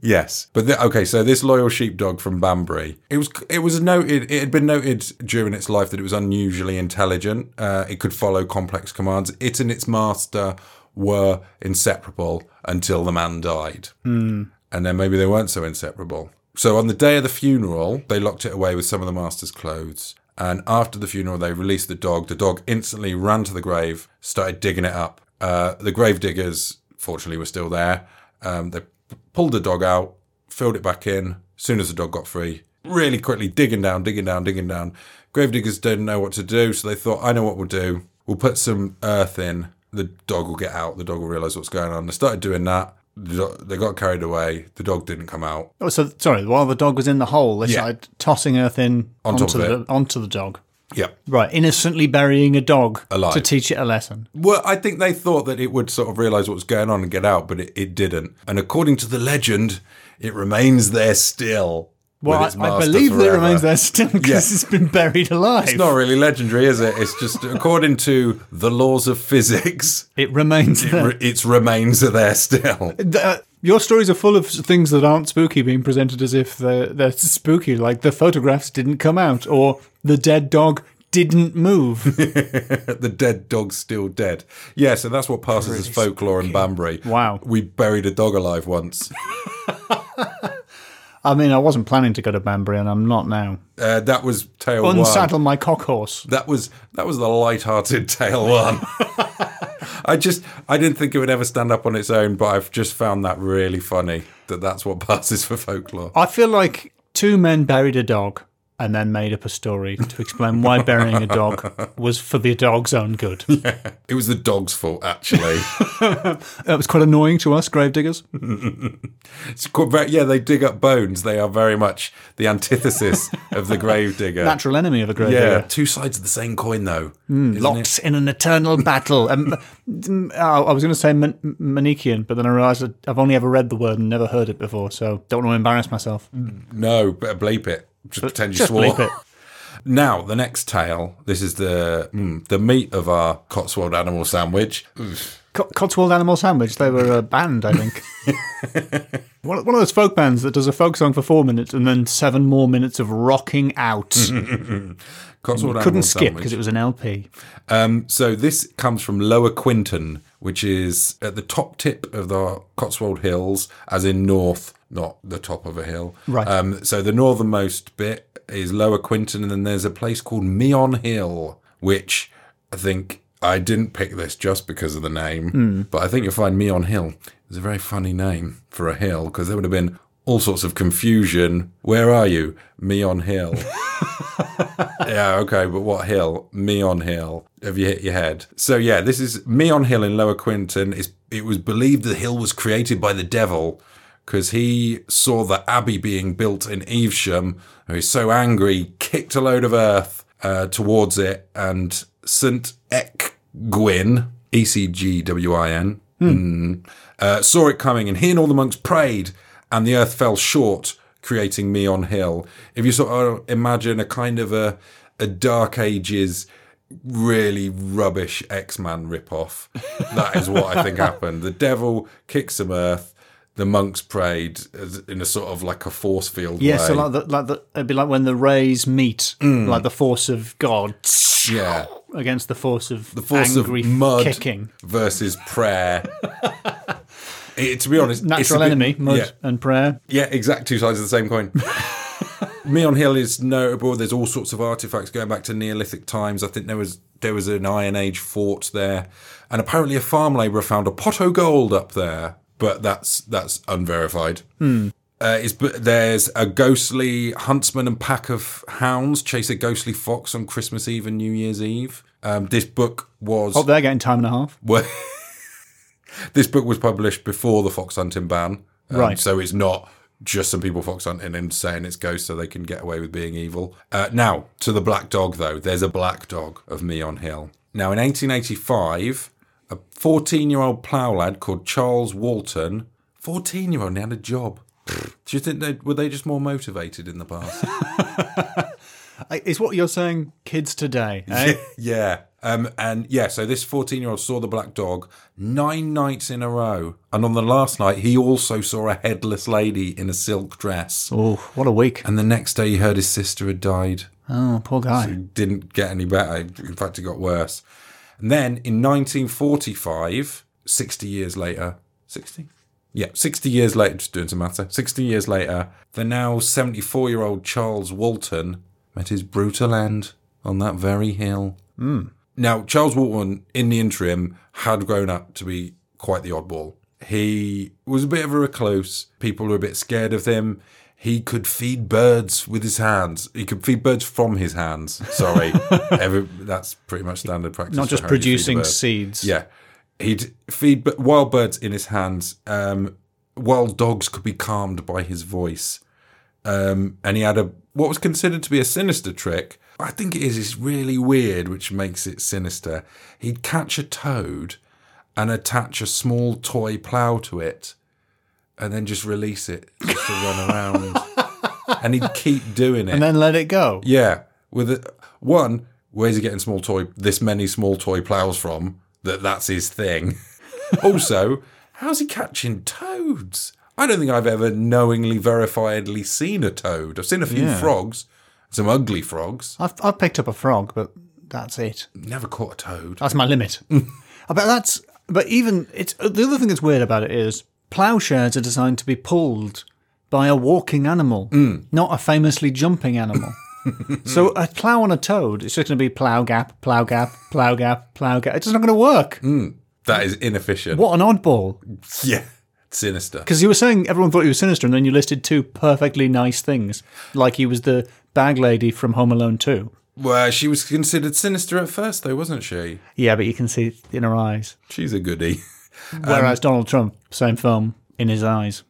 [SPEAKER 2] Yes, but the, okay. So this loyal sheepdog from Banbury, it was it was noted. It had been noted during its life that it was unusually intelligent. Uh, it could follow complex commands. It and its master were inseparable until the man died, and then maybe they weren't so inseparable. So on the day of the funeral, they locked it away with some of the master's clothes. And after the funeral, they released the dog. The dog instantly ran to the grave, started digging it up. Uh, the grave diggers, fortunately, were still there. Um, they p- pulled the dog out, filled it back in. As soon as the dog got free, really quickly digging down, digging down, digging down. Grave diggers didn't know what to do, so they thought, "I know what we'll do. We'll put some earth in. The dog will get out. The dog will realize what's going on." They started doing that. The do- They got carried away. The dog didn't come out.
[SPEAKER 1] Oh, so sorry. While the dog was in the hole, they
[SPEAKER 2] Yeah.
[SPEAKER 1] started tossing earth in
[SPEAKER 2] On top
[SPEAKER 1] onto
[SPEAKER 2] of
[SPEAKER 1] the onto the dog.
[SPEAKER 2] Yeah.
[SPEAKER 1] Right, innocently burying a dog
[SPEAKER 2] Alive.
[SPEAKER 1] to teach it a lesson.
[SPEAKER 2] Well, I think they thought that it would sort of realise what was going on and get out, but it, it didn't. And according to the legend, it remains there still. with
[SPEAKER 1] Well,
[SPEAKER 2] its
[SPEAKER 1] I, I
[SPEAKER 2] master
[SPEAKER 1] believe that it
[SPEAKER 2] forever.
[SPEAKER 1] remains there still because
[SPEAKER 2] Yeah.
[SPEAKER 1] it's been buried alive.
[SPEAKER 2] It's not really legendary, is it? It's just according to the laws of physics,
[SPEAKER 1] it remains there.
[SPEAKER 2] re- its remains are there still.
[SPEAKER 1] Uh, your stories are full of things that aren't spooky being presented as if they're, they're spooky, like the photographs didn't come out or the dead dog didn't move.
[SPEAKER 2] the dead dog's still dead. Yeah, so that's what passes as folklore in Banbury.
[SPEAKER 1] Wow.
[SPEAKER 2] We buried a dog alive once.
[SPEAKER 1] I mean, I wasn't planning to go to Banbury and I'm not now.
[SPEAKER 2] Uh, that was tale one.
[SPEAKER 1] Unsaddle my cock horse.
[SPEAKER 2] That was that was the light-hearted tale one. I just I didn't think it would ever stand up on its own, but I've just found that really funny that that's what passes for folklore.
[SPEAKER 1] I feel like two men buried a dog and then made up a story to explain why burying a dog was for the dog's own good.
[SPEAKER 2] It was the dog's fault actually.
[SPEAKER 1] That was quite annoying to us, gravediggers.
[SPEAKER 2] it's quite very, yeah, they dig up bones. They are very much the antithesis of the gravedigger.
[SPEAKER 1] Natural enemy of a
[SPEAKER 2] yeah,
[SPEAKER 1] gravedigger. Hmm.
[SPEAKER 2] two sides of the same coin though.
[SPEAKER 1] Locked in an eternal battle. Um, mm, oh, I was going to say man- Manichean, but then I realised that I've only ever read the word and never heard it before, so don't want to embarrass myself.
[SPEAKER 2] No, better bleep it. Just pretend Mm. you
[SPEAKER 1] Just
[SPEAKER 2] swore.
[SPEAKER 1] bleep it.
[SPEAKER 2] Now, the next tale. This is the mm, the meat of our Cotswold animal sandwich.
[SPEAKER 1] Co- Cotswold Animal Sandwich. They were a band, I think. One one of those folk bands that does a folk song for four minutes and then seven more minutes of rocking out.
[SPEAKER 2] Cotswold Mm-hmm. animal
[SPEAKER 1] Couldn't skip
[SPEAKER 2] sandwich.
[SPEAKER 1] because it was an LP.
[SPEAKER 2] Um, so this comes from Lower Quinton, which is at the top tip of the Cotswold Hills, as in north, not the top of a hill.
[SPEAKER 1] Right.
[SPEAKER 2] Um, so the northernmost bit is Lower Quinton, and then there's a place called Meon Hill, which I think I didn't pick this just because of the name, but I think you'll find Meon Hill is a very funny name for a hill because there would have been all sorts of confusion. Where are you, Meon Hill? yeah, okay, but what hill? Meon Hill. Have you hit your head? So yeah, this is Meon Hill in Lower Quinton. It's, it was believed the hill was created by the devil because he saw the abbey being built in Evesham. He was so angry, he kicked a load of earth uh, towards it, and St. Ecgwin, E C G W I N,
[SPEAKER 1] Hmm.
[SPEAKER 2] mm, uh, saw it coming, and he and all the monks prayed, and the earth fell short creating me on hill if you sort of imagine a kind of a a dark ages really rubbish x-man ripoff that is what i think happened the devil kicked some earth the monks prayed as- in a sort of like a force field
[SPEAKER 1] Yeah,
[SPEAKER 2] way.
[SPEAKER 1] so like the, like the, it'd be like when the rays meet,
[SPEAKER 2] Mm.
[SPEAKER 1] like the force of God
[SPEAKER 2] yeah
[SPEAKER 1] against the force of the
[SPEAKER 2] force
[SPEAKER 1] angry
[SPEAKER 2] of mud
[SPEAKER 1] kicking.
[SPEAKER 2] versus prayer it, to be honest it's
[SPEAKER 1] Natural
[SPEAKER 2] a bit-
[SPEAKER 1] enemy, mud
[SPEAKER 2] yeah.
[SPEAKER 1] and prayer.
[SPEAKER 2] Yeah, exact two sides of the same coin. Meon Hill is notable. There's all sorts of artifacts going back to Neolithic times. I think there was there was an Iron Age fort there, and apparently a farm labourer found a pot o' gold up there, but that's that's unverified. Uh, it's, but there's a ghostly huntsman and pack of hounds chase a ghostly fox on Christmas Eve and New Year's Eve. Um, this book was
[SPEAKER 1] Oh, they're getting time and a half.
[SPEAKER 2] well, this book was published before the fox hunting ban, um,
[SPEAKER 1] Right.
[SPEAKER 2] So it's not just some people fox hunting and saying it's ghosts so they can get away with being evil. Uh, now to the black dog, though. There's a black dog of Meon Hill. Now in 1885, a 14-year-old plough lad called Charles Walton, 14-year-old, and he had a job. Do you think they were they just more motivated in the past?
[SPEAKER 1] I- Is what you're saying, kids today? eh?
[SPEAKER 2] yeah. Um, and yeah, so this 14 year old saw the black dog nine nights in a row. And on the last night, he also saw a headless lady in a silk dress.
[SPEAKER 1] Oh, what a week!
[SPEAKER 2] And the next day, he heard his sister had died.
[SPEAKER 1] Oh, poor guy.
[SPEAKER 2] Didn't get any better. In fact, it got worse. And then in 1945, 60 years later, 60? Yeah, 60 years later, just doing some matter. 60 years later, the now 74 year old Charles Walton met his brutal end on that very hill.
[SPEAKER 1] Hmm.
[SPEAKER 2] Now, Charles Walton, in the interim, had grown up to be quite the oddball. He was a bit of a recluse. People were a bit scared of him. He could feed birds with his hands. He could feed birds from his hands. Sorry, Every, that's pretty much standard practice.
[SPEAKER 1] Not
[SPEAKER 2] for
[SPEAKER 1] just
[SPEAKER 2] how you feed a
[SPEAKER 1] producing
[SPEAKER 2] bird.
[SPEAKER 1] seeds.
[SPEAKER 2] Yeah, he'd feed b- wild birds in his hands. Um, wild dogs could be calmed by his voice, um, and he had a what was considered to be a sinister trick. I think it is. It's really weird, which makes it sinister. He'd catch a toad and attach a small toy plow to it, and then just release it just to run around. And he'd keep doing it.
[SPEAKER 1] And then let it go.
[SPEAKER 2] Yeah, with a, one, where's he getting small toy this many small toy plows from? That that's his thing. also, how's he catching toads? I don't think I've ever knowingly, verifiably seen a toad. I've seen a few frogs, some ugly frogs.
[SPEAKER 1] I've, I've picked up a frog, but that's it.
[SPEAKER 2] Never caught a toad.
[SPEAKER 1] That's my limit. but that's but even it's uh, the other thing that's weird about it is plowshares are designed to be pulled by a walking animal, not a famously jumping animal. so a plow on a toad, it's just going to be plow gap, plow gap, plow gap, plow gap. It's just not going to work.
[SPEAKER 2] That is inefficient.
[SPEAKER 1] What an oddball!
[SPEAKER 2] Yeah, sinister.
[SPEAKER 1] Because you were saying everyone thought he was sinister, and then you listed two perfectly nice things, like he was the bag lady from Home Alone Two.
[SPEAKER 2] Well, she was considered sinister at first, though, wasn't she?
[SPEAKER 1] Yeah, but you can see it in her eyes.
[SPEAKER 2] She's a goodie.
[SPEAKER 1] Whereas
[SPEAKER 2] Um,
[SPEAKER 1] Donald Trump, same film, in his eyes.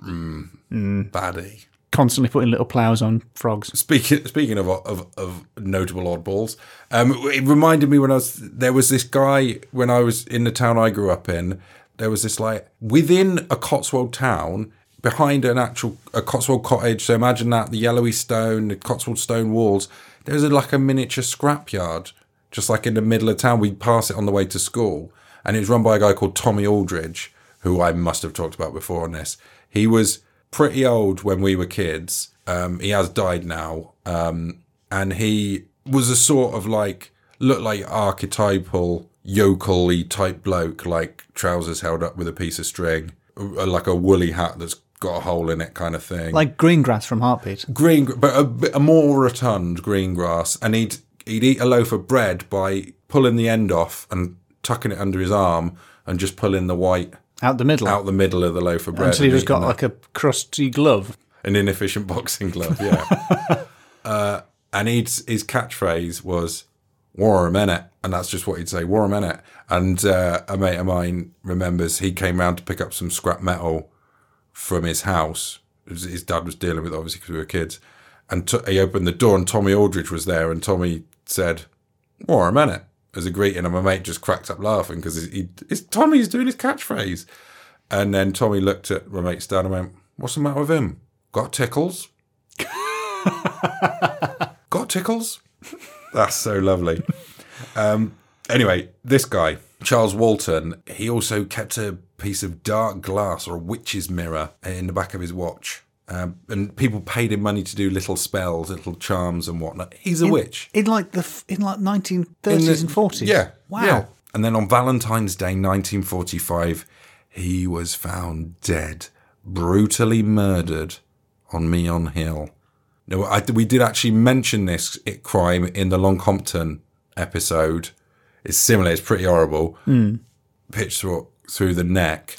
[SPEAKER 2] Baddie.
[SPEAKER 1] constantly putting little plows on frogs.
[SPEAKER 2] Speaking speaking of of, of notable oddballs, um, it reminded me when I was there was this guy when I was in the town I grew up in. There was this like within a Cotswold town, behind an actual a Cotswold cottage. So imagine that the yellowy stone, the Cotswold stone walls. There's a, like a miniature scrapyard, just like in the middle of town. We pass it on the way to school, and it was run by a guy called Tommy Aldridge, who I must have talked about before on this. He was pretty old when we were kids. Um, he has died now, um, and he was a sort of like looked like archetypal yokelly type bloke, like trousers held up with a piece of string, uh, like a woolly hat that's got a hole in it, kind of thing
[SPEAKER 1] Like green grass from Heartbeat.
[SPEAKER 2] green, but a, bit- a more rotund green grass, and he'd he'd eat a loaf of bread by pulling the end off and tucking it under his arm, and just pulling the white
[SPEAKER 1] Out the middle.
[SPEAKER 2] out the middle of the loaf of bread.
[SPEAKER 1] until he
[SPEAKER 2] and
[SPEAKER 1] just got
[SPEAKER 2] eating
[SPEAKER 1] like a crusty glove.
[SPEAKER 2] that. an inefficient boxing glove, yeah. uh, and he'd, his catchphrase was "War a minute," and that's just what he'd say, "War a minute." And uh, a mate of mine remembers he came round to pick up some scrap metal from his house. His his dad was dealing with it, obviously because we were kids. And t- he opened the door, and Tommy Aldridge was there. And Tommy said, "War a minute," as a greeting. And my mate just cracked up laughing because he, he, it's Tommy's doing his catchphrase. And then Tommy looked at my mate Stan and went, "What's the matter with him? Got tickles? Got tickles? That's so lovely." Um, Anyway, this guy, Charles Walton, he also kept a piece of dark glass or a witch's mirror in the back of his watch. Um, and people paid him money to do little spells, little charms, and whatnot. He's a witch.
[SPEAKER 1] In like the f- in like 1930s and 40s.
[SPEAKER 2] Yeah.
[SPEAKER 1] Wow.
[SPEAKER 2] yeah. And then on Valentine's Day, 1945, he was found dead, brutally murdered on Meon Hill. No, I, we did actually mention this i- crime in the Longcompton episode. It's similar. It's pretty horrible. Pitch through, through the neck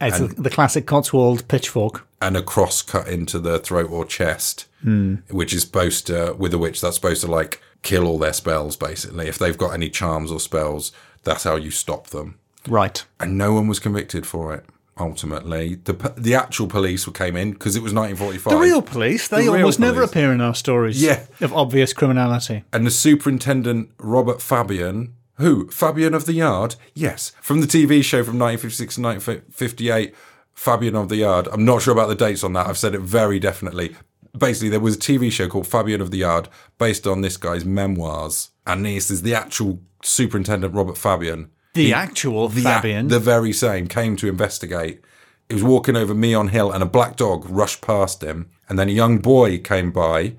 [SPEAKER 1] It's the classic Cotswold pitchfork.
[SPEAKER 2] and a cross cut into the throat or chest,
[SPEAKER 1] Hmm.
[SPEAKER 2] which is supposed to, with a witch, that's supposed to like kill all their spells, basically. If they've got any charms or spells, that's how you stop them.
[SPEAKER 1] Right.
[SPEAKER 2] And no one was convicted for it, ultimately. The, p- the actual police came in because it was 1945.
[SPEAKER 1] The real police, they
[SPEAKER 2] The real
[SPEAKER 1] almost never
[SPEAKER 2] police.
[SPEAKER 1] appear in our stories
[SPEAKER 2] Yeah.
[SPEAKER 1] of obvious criminality.
[SPEAKER 2] and the superintendent Robert Fabian, who Fabian of the Yard, yes, from the TV show from 1956 to 1958, Fabian of the Yard. I'm not sure about the dates on that. I've said it very definitely. Basically, there was a TV show called Fabian of the Yard based on this guy's memoirs, and this is the actual superintendent Robert Fabian.
[SPEAKER 1] The actual Fabian.
[SPEAKER 2] The very same came to investigate. He was walking over Meon Hill and a black dog rushed past him. And then a young boy came by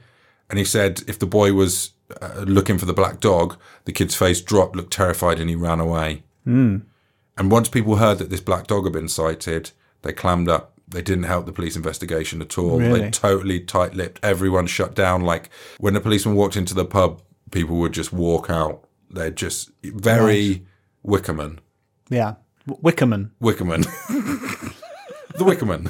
[SPEAKER 2] and he said if the boy was uh, looking for the black dog, the kid's face dropped, looked terrified, and he ran away. And once people heard that this black dog had been sighted, They clammed up. They didn't help the police investigation at all. They
[SPEAKER 1] Really?
[SPEAKER 2] totally tight lipped. Everyone shut down. Like when a policeman walked into the pub, people would just walk out. They're just very Wickerman.
[SPEAKER 1] Yeah. W- Wickerman.
[SPEAKER 2] Wickerman. the Wickerman.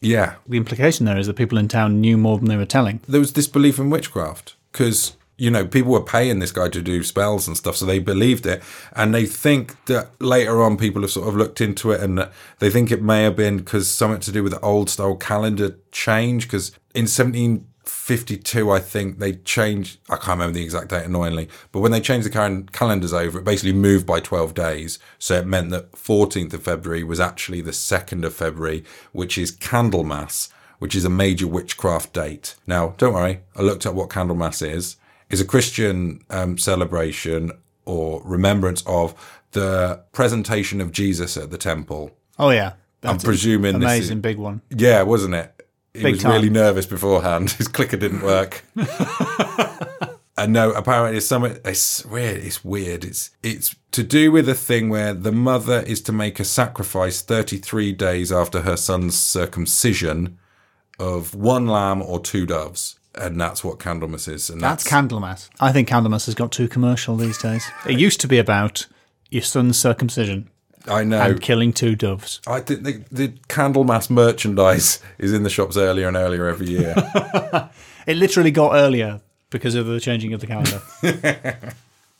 [SPEAKER 2] yeah.
[SPEAKER 1] The implication there is that people in town knew more than they were telling.
[SPEAKER 2] There was this belief in witchcraft because, you know, people were paying this guy to do spells and stuff. So they believed it. And they think that later on people have sort of looked into it and that they think it may have been because something to do with the old style calendar change. Because in 1752, I think they changed. I can't remember the exact date, annoyingly, but when they changed the current calendars over, it basically moved by 12 days. So it meant that 14th of February was actually the 2nd of February, which is Candlemas, which is a major witchcraft date. Now, don't worry, I looked up what Candlemas is. It's a Christian um, celebration or remembrance of the presentation of Jesus at the temple.
[SPEAKER 1] Oh, yeah.
[SPEAKER 2] I'm
[SPEAKER 1] That's
[SPEAKER 2] presuming
[SPEAKER 1] an
[SPEAKER 2] this is,
[SPEAKER 1] amazing big one.
[SPEAKER 2] yeah, wasn't it? He
[SPEAKER 1] Big
[SPEAKER 2] was
[SPEAKER 1] time.
[SPEAKER 2] really nervous beforehand. His clicker didn't work. and no, apparently it's something. It's weird. It's weird. It's it's to do with a thing where the mother is to make a sacrifice 33 days after her son's circumcision of one lamb or two doves, and that's what Candlemas is. And
[SPEAKER 1] That's Candlemas. I think Candlemas has got too commercial these days. It used to be about your son's circumcision
[SPEAKER 2] I know.
[SPEAKER 1] and killing two doves.
[SPEAKER 2] I think the, the Candlemas merchandise is in the shops earlier and earlier every year.
[SPEAKER 1] It literally got earlier because of the changing of the calendar.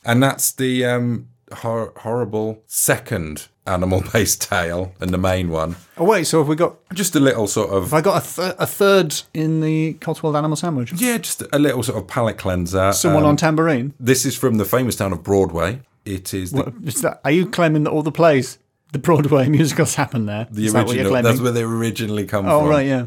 [SPEAKER 2] And that's the um, hor- horrible second animal based tale and the main one.
[SPEAKER 1] oh, wait, so have we got.
[SPEAKER 2] Just a little sort of.
[SPEAKER 1] Have I got a, th- a third in the Cotswold Animal Sandwich?
[SPEAKER 2] Yeah, just a little sort of palate cleanser.
[SPEAKER 1] Someone
[SPEAKER 2] Um,
[SPEAKER 1] on tambourine?
[SPEAKER 2] This is from the famous town of Broadway. It is the,
[SPEAKER 1] Is that, are you claiming that all the plays, the Broadway musicals happen there?
[SPEAKER 2] the
[SPEAKER 1] Is that what you're
[SPEAKER 2] original.
[SPEAKER 1] claiming?
[SPEAKER 2] that's where they originally come
[SPEAKER 1] oh,
[SPEAKER 2] from.
[SPEAKER 1] right, yeah.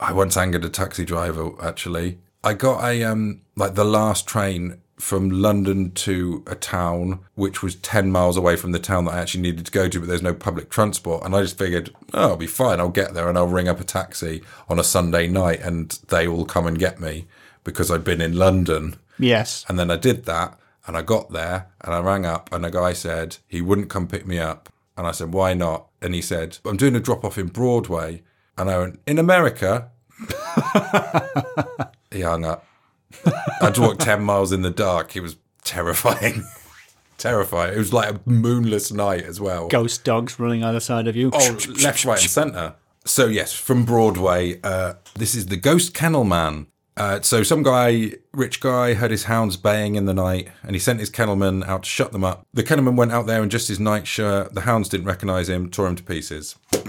[SPEAKER 2] I once angered a taxi driver. Actually, I got a um like the last train from London to a town which was ten miles away from the town that I actually needed to go to, but there's no public transport, and I just figured, oh, I'll be fine. I'll get there, and I'll ring up a taxi on a Sunday night, and they will come and get me because I'd been in London.
[SPEAKER 1] Yes.
[SPEAKER 2] And then I did that and I got there and I rang up and a guy said he wouldn't come pick me up. And I said, why not? And he said, I'm doing a drop off in Broadway. And I went, in America? he hung up. I would walked 10 miles in the dark. It was terrifying. terrifying. It was like a moonless night as well.
[SPEAKER 1] Ghost dogs running either side of you.
[SPEAKER 2] Oh, left, right, and centre. So yes, from Broadway, uh, this is the Ghost Kennel Man. Uh, so some guy, rich guy, heard his hounds baying in the night, and he sent his kennelman out to shut them up. The kennelman went out there in just his nightshirt. The hounds didn't recognise him, tore him to pieces.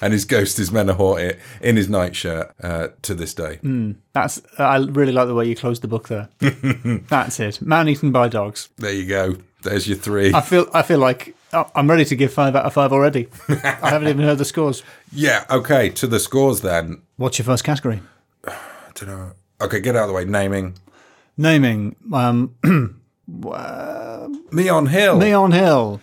[SPEAKER 2] and his ghost is Menahort in his nightshirt uh, to this day.
[SPEAKER 1] That's I really like the way you closed the book there. That's it. Man eaten by dogs.
[SPEAKER 2] There you go. There's your three.
[SPEAKER 1] I feel I feel like oh, I'm ready to give five out of five already. I haven't even heard the scores.
[SPEAKER 2] yeah. Okay. To the scores then.
[SPEAKER 1] What's your first category?
[SPEAKER 2] I don't know. Okay, get out of the way. Naming.
[SPEAKER 1] Naming um,
[SPEAKER 2] Meon Hill.
[SPEAKER 1] Neon Hill.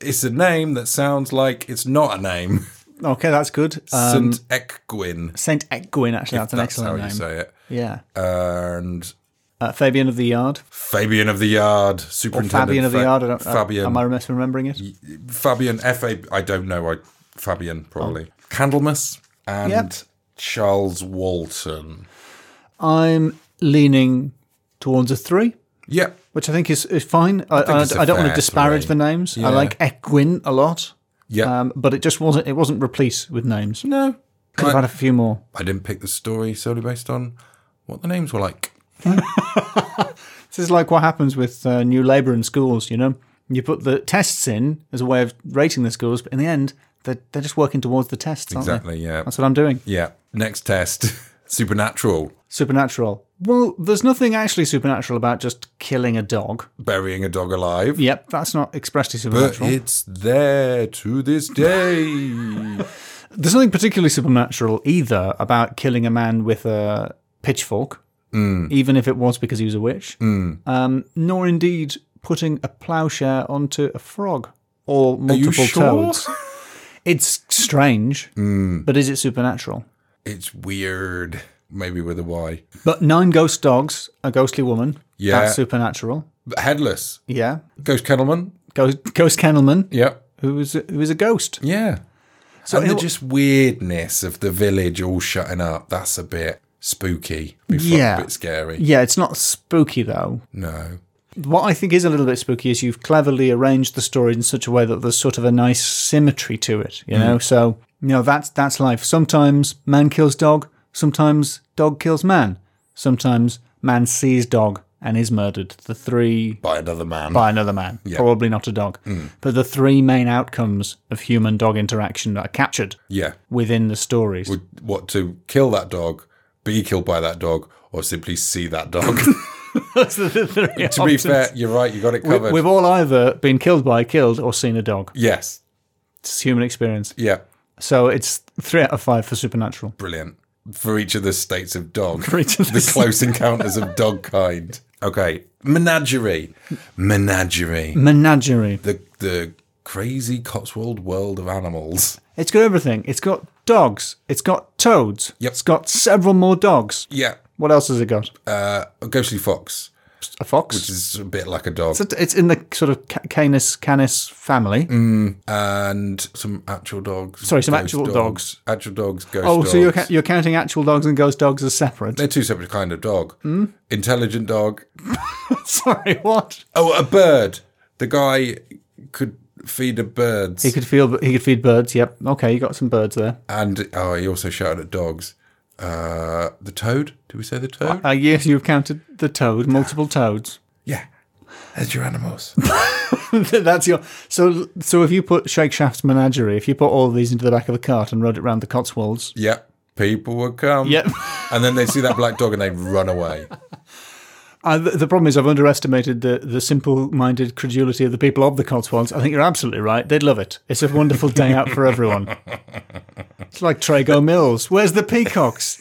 [SPEAKER 2] It's a name that sounds like it's not a name.
[SPEAKER 1] Okay, that's good. Uh,
[SPEAKER 2] St. Ekgwin.
[SPEAKER 1] Saint Egwin. Actually, that's an
[SPEAKER 2] That's how
[SPEAKER 1] excellent name.
[SPEAKER 2] you say it.
[SPEAKER 1] Yeah,
[SPEAKER 2] And
[SPEAKER 1] uh, Fabian of the Yard.
[SPEAKER 2] Fabian of the Yard, superintendent.
[SPEAKER 1] Fabian of the
[SPEAKER 2] Fa-
[SPEAKER 1] Yard. I don't, uh,
[SPEAKER 2] Fabian.
[SPEAKER 1] am I misremembering it?
[SPEAKER 2] Fabian. F A. I don't know. I Fabian probably. Candlemas and
[SPEAKER 1] Oh. Yep.
[SPEAKER 2] Charles Walton.
[SPEAKER 1] I'm leaning towards a three.
[SPEAKER 2] Yep.
[SPEAKER 1] Which I think is, is fine. I, I,
[SPEAKER 2] it's a
[SPEAKER 1] I don't want to
[SPEAKER 2] fair
[SPEAKER 1] disparage
[SPEAKER 2] three.
[SPEAKER 1] the names. I like Equin a lot.
[SPEAKER 2] Yep.
[SPEAKER 1] Um, but it just wasn't. It wasn't replete with names.
[SPEAKER 2] no.
[SPEAKER 1] Could have had a few more.
[SPEAKER 2] I didn't pick the story solely based on what the names were like.
[SPEAKER 1] This is like what happens with uh, new labour in schools. You know, you put the tests in as a way of rating the schools, but in the end, they're, they're just working towards the tests, aren't
[SPEAKER 2] Exactly.
[SPEAKER 1] they?
[SPEAKER 2] Yeah.
[SPEAKER 1] That's what I'm doing.
[SPEAKER 2] Yeah. Next test. Supernatural.
[SPEAKER 1] Supernatural. Well, there's nothing actually supernatural about just killing a dog.
[SPEAKER 2] Burying a dog alive.
[SPEAKER 1] Yep, that's not expressly
[SPEAKER 2] But
[SPEAKER 1] supernatural.
[SPEAKER 2] it's there to this day.
[SPEAKER 1] there's nothing particularly supernatural either about killing a man with a pitchfork, even if it was because he was a witch, um, nor indeed putting a ploughshare onto a frog or multiple toads. It's strange, but is it supernatural?
[SPEAKER 2] It's weird. Maybe with a Y.
[SPEAKER 1] But nine ghost dogs, a ghostly woman,
[SPEAKER 2] Yeah.
[SPEAKER 1] that's supernatural.
[SPEAKER 2] But headless.
[SPEAKER 1] Yeah.
[SPEAKER 2] Ghost Kennelman.
[SPEAKER 1] Ghost, ghost Kennelman,
[SPEAKER 2] Yep.
[SPEAKER 1] who was who was a ghost.
[SPEAKER 2] Yeah. So and
[SPEAKER 1] it
[SPEAKER 2] the
[SPEAKER 1] wa-
[SPEAKER 2] just weirdness of the village all shutting up, that's a bit spooky. Be fu-
[SPEAKER 1] Yeah.
[SPEAKER 2] A bit scary.
[SPEAKER 1] Yeah, it's not spooky though.
[SPEAKER 2] No.
[SPEAKER 1] What I think is a little bit spooky is you've cleverly arranged the story in such a way that there's sort of a nice symmetry to it,
[SPEAKER 2] Hmm.
[SPEAKER 1] you know. So you know that's that's life. Sometimes man kills dog, sometimes dog kills man, sometimes man sees dog and is murdered. The three
[SPEAKER 2] By another man.
[SPEAKER 1] by another man, probably not a dog,
[SPEAKER 2] Hmm.
[SPEAKER 1] but the three main outcomes of human-dog interaction that are captured
[SPEAKER 2] yeah.
[SPEAKER 1] within the stories.
[SPEAKER 2] What to kill that dog, be killed by that dog, or simply see that dog.
[SPEAKER 1] Those are the three
[SPEAKER 2] to be
[SPEAKER 1] options.
[SPEAKER 2] fair, you're right, you got it covered.
[SPEAKER 1] We've all either been killed by, killed, or seen a dog.
[SPEAKER 2] yes.
[SPEAKER 1] It's human experience.
[SPEAKER 2] Yeah.
[SPEAKER 1] So it's three out of five for Supernatural.
[SPEAKER 2] Brilliant. For each of the states of dog.
[SPEAKER 1] For each of the
[SPEAKER 2] the close encounters of dog kind. Okay. Menagerie. Menagerie.
[SPEAKER 1] Menagerie.
[SPEAKER 2] The the crazy Cotswold world of animals.
[SPEAKER 1] It's got everything. It's got dogs. It's got toads.
[SPEAKER 2] Yep.
[SPEAKER 1] It's got several more dogs.
[SPEAKER 2] Yeah.
[SPEAKER 1] What else has it got?
[SPEAKER 2] Uh, a ghostly fox.
[SPEAKER 1] A fox.
[SPEAKER 2] which is a bit like a dog,
[SPEAKER 1] It's- it's in the sort of ca- Canis canis family.
[SPEAKER 2] and some actual dogs.
[SPEAKER 1] Sorry, some
[SPEAKER 2] ghost
[SPEAKER 1] actual dogs.
[SPEAKER 2] Actual dogs, ghost
[SPEAKER 1] oh,
[SPEAKER 2] dogs.
[SPEAKER 1] so you're, ca- you're counting actual dogs and ghost dogs as separate?
[SPEAKER 2] They're two separate kind of dog.
[SPEAKER 1] Hmm?
[SPEAKER 2] Intelligent dog.
[SPEAKER 1] Sorry, what?
[SPEAKER 2] Oh, a bird. The guy could feed a birds,
[SPEAKER 1] He could feel. He could feed birds. Yep. Okay, you got some birds there.
[SPEAKER 2] and oh, he also shouted at dogs. Uh, the toad. Did we say the toad?
[SPEAKER 1] Uh, yes, you've counted the toad, multiple toads.
[SPEAKER 2] yeah. That's your animals.
[SPEAKER 1] That's your so so. If you put Shake Shaft's menagerie, if you put all these into the back of a cart and rode it round the Cotswolds,
[SPEAKER 2] yep. People would come.
[SPEAKER 1] Yep.
[SPEAKER 2] and then they'd see that black dog and they'd run away.
[SPEAKER 1] uh, the, the problem is I've underestimated the the simple-minded credulity of the people of the Cotswolds. I think you're absolutely right. They'd love it. It's a wonderful day out for everyone. It's like Trago Mills. Where's the peacocks?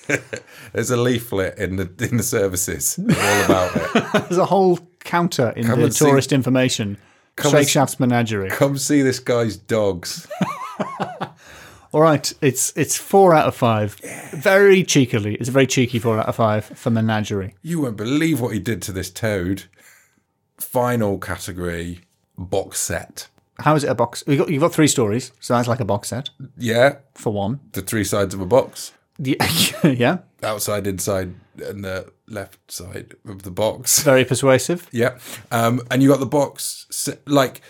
[SPEAKER 2] There's a leaflet in the in the services all about it.
[SPEAKER 1] There's a whole counter in the
[SPEAKER 2] and see-
[SPEAKER 1] tourist information. Shake
[SPEAKER 2] and see-
[SPEAKER 1] Shaft's menagerie.
[SPEAKER 2] Come see this guy's dogs.
[SPEAKER 1] All right, it's it's four out of five. Very cheekily, it's a very cheeky four out of five for menagerie.
[SPEAKER 2] You won't believe what he did to this toad. Final category box set.
[SPEAKER 1] How is it a box? You've got, you've got three stories, so that's like a box set
[SPEAKER 2] Yeah,
[SPEAKER 1] for one.
[SPEAKER 2] the three sides of a box
[SPEAKER 1] The- yeah,
[SPEAKER 2] outside, inside, and the left side of the box.
[SPEAKER 1] very persuasive.
[SPEAKER 2] Yeah. Um, and you got the box, se- like,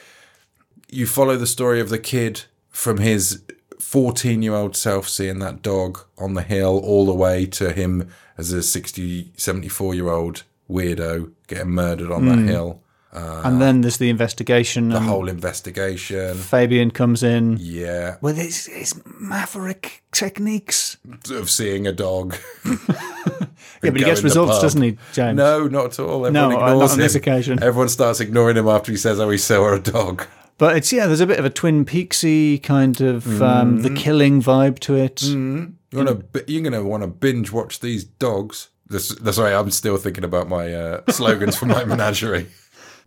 [SPEAKER 2] you follow the story of the kid from his 14 year old self seeing that dog on the hill all the way to him as a 60, 74 year old weirdo getting murdered on
[SPEAKER 1] Hmm.
[SPEAKER 2] that hill.
[SPEAKER 1] and then there's the investigation, and
[SPEAKER 2] Whole investigation.
[SPEAKER 1] Fabian comes in
[SPEAKER 2] Yeah,
[SPEAKER 1] with his, his maverick techniques.
[SPEAKER 2] of seeing a dog.
[SPEAKER 1] Yeah, but he gets results, doesn't he, James?
[SPEAKER 2] No, not at all. Everyone
[SPEAKER 1] No, uh,
[SPEAKER 2] ignores
[SPEAKER 1] not on
[SPEAKER 2] him.
[SPEAKER 1] this occasion.
[SPEAKER 2] Everyone starts ignoring him after he says, "Oh, he saw a dog."
[SPEAKER 1] But it's yeah, there's a bit of a Twin Peaksy kind of
[SPEAKER 2] Mm.
[SPEAKER 1] um, the killing vibe to it.
[SPEAKER 2] You're gonna, bi- you're gonna want to binge watch these dogs. This, that's right. I'm still thinking about my uh, slogans for my menagerie.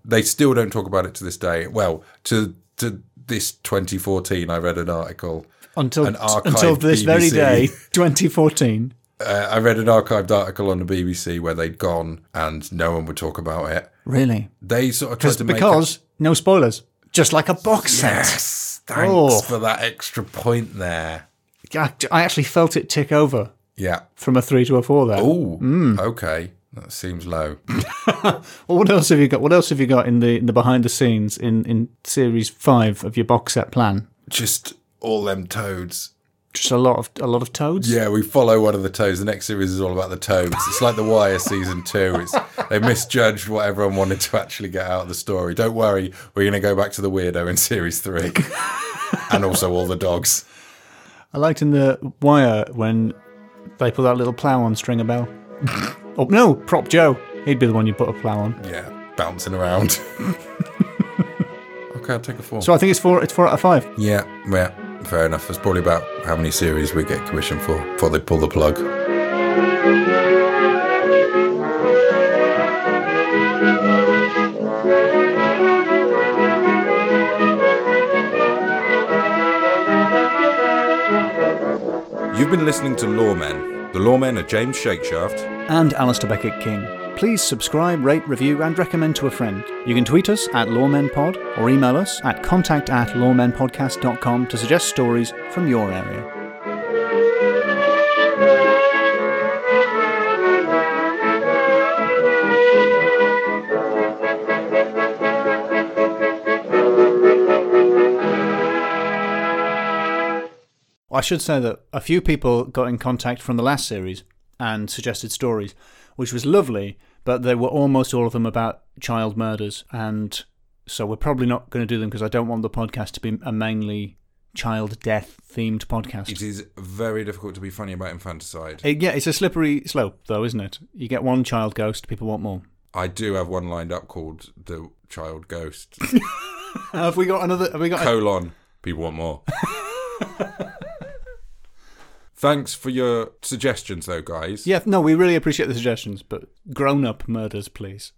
[SPEAKER 2] They still don't talk about it to this day. Well, to to this 2014, I read an article.
[SPEAKER 1] Until
[SPEAKER 2] An archived
[SPEAKER 1] until this very
[SPEAKER 2] BBC.
[SPEAKER 1] day, 2014.
[SPEAKER 2] Uh, I read an archived article on the BBC where they'd gone and no one would talk about it.
[SPEAKER 1] Really?
[SPEAKER 2] They sort of tried to make a-
[SPEAKER 1] Because no spoilers, just like a box set.
[SPEAKER 2] Yes, thanks
[SPEAKER 1] Oh.
[SPEAKER 2] for that extra point there.
[SPEAKER 1] I I actually felt it tick over
[SPEAKER 2] Yeah.
[SPEAKER 1] from a three to a four there.
[SPEAKER 2] Oh,
[SPEAKER 1] Hmm.
[SPEAKER 2] okay. That seems low.
[SPEAKER 1] Well, what else have you got? What else have you got in the in the behind the scenes in in series five of your box set plan?
[SPEAKER 2] Just all them toads.
[SPEAKER 1] Just a lot of a lot of toads.
[SPEAKER 2] Yeah, we follow one of the toads. The next series is all about the toads. It's like The Wire season two. It's they misjudged what everyone wanted to actually get out of the story. Don't worry, we're going to go back to the weirdo in series three, and also all the dogs.
[SPEAKER 1] I liked in the wire when they put that little plough on Stringer Bell. oh no, Prop Joe. He'd be the one you put a plough on.
[SPEAKER 2] Yeah, bouncing around. okay, I'll take a four.
[SPEAKER 1] So I think it's four. It's four out of five.
[SPEAKER 2] Yeah, yeah, fair enough. That's probably about how many series we get commissioned for before they pull the plug. You've been listening to Lawmen. The Lawmen are James Shakeshaft,
[SPEAKER 1] And Alistair Beckett King. please subscribe, rate, review, and recommend to a friend. You can tweet us at lawmenpod or email us at contact at lawmenpodcast.com to suggest stories from your area. Well, I should say that a few people got in contact from the last series and suggested stories, which was lovely, but they were almost all of them about child murders. And so we're probably not going to do them because I don't want the podcast to be a mainly child death themed podcast.
[SPEAKER 2] It is very difficult to be funny about infanticide.
[SPEAKER 1] It- yeah, it's a slippery slope, though, isn't it? You get one child ghost, people want more.
[SPEAKER 2] I do have one lined up called The Child Ghost.
[SPEAKER 1] Have we got another? Have we got?
[SPEAKER 2] colon people want more thanks for your suggestions though guys
[SPEAKER 1] yeah, no, we really appreciate the suggestions, but grown up murders, please.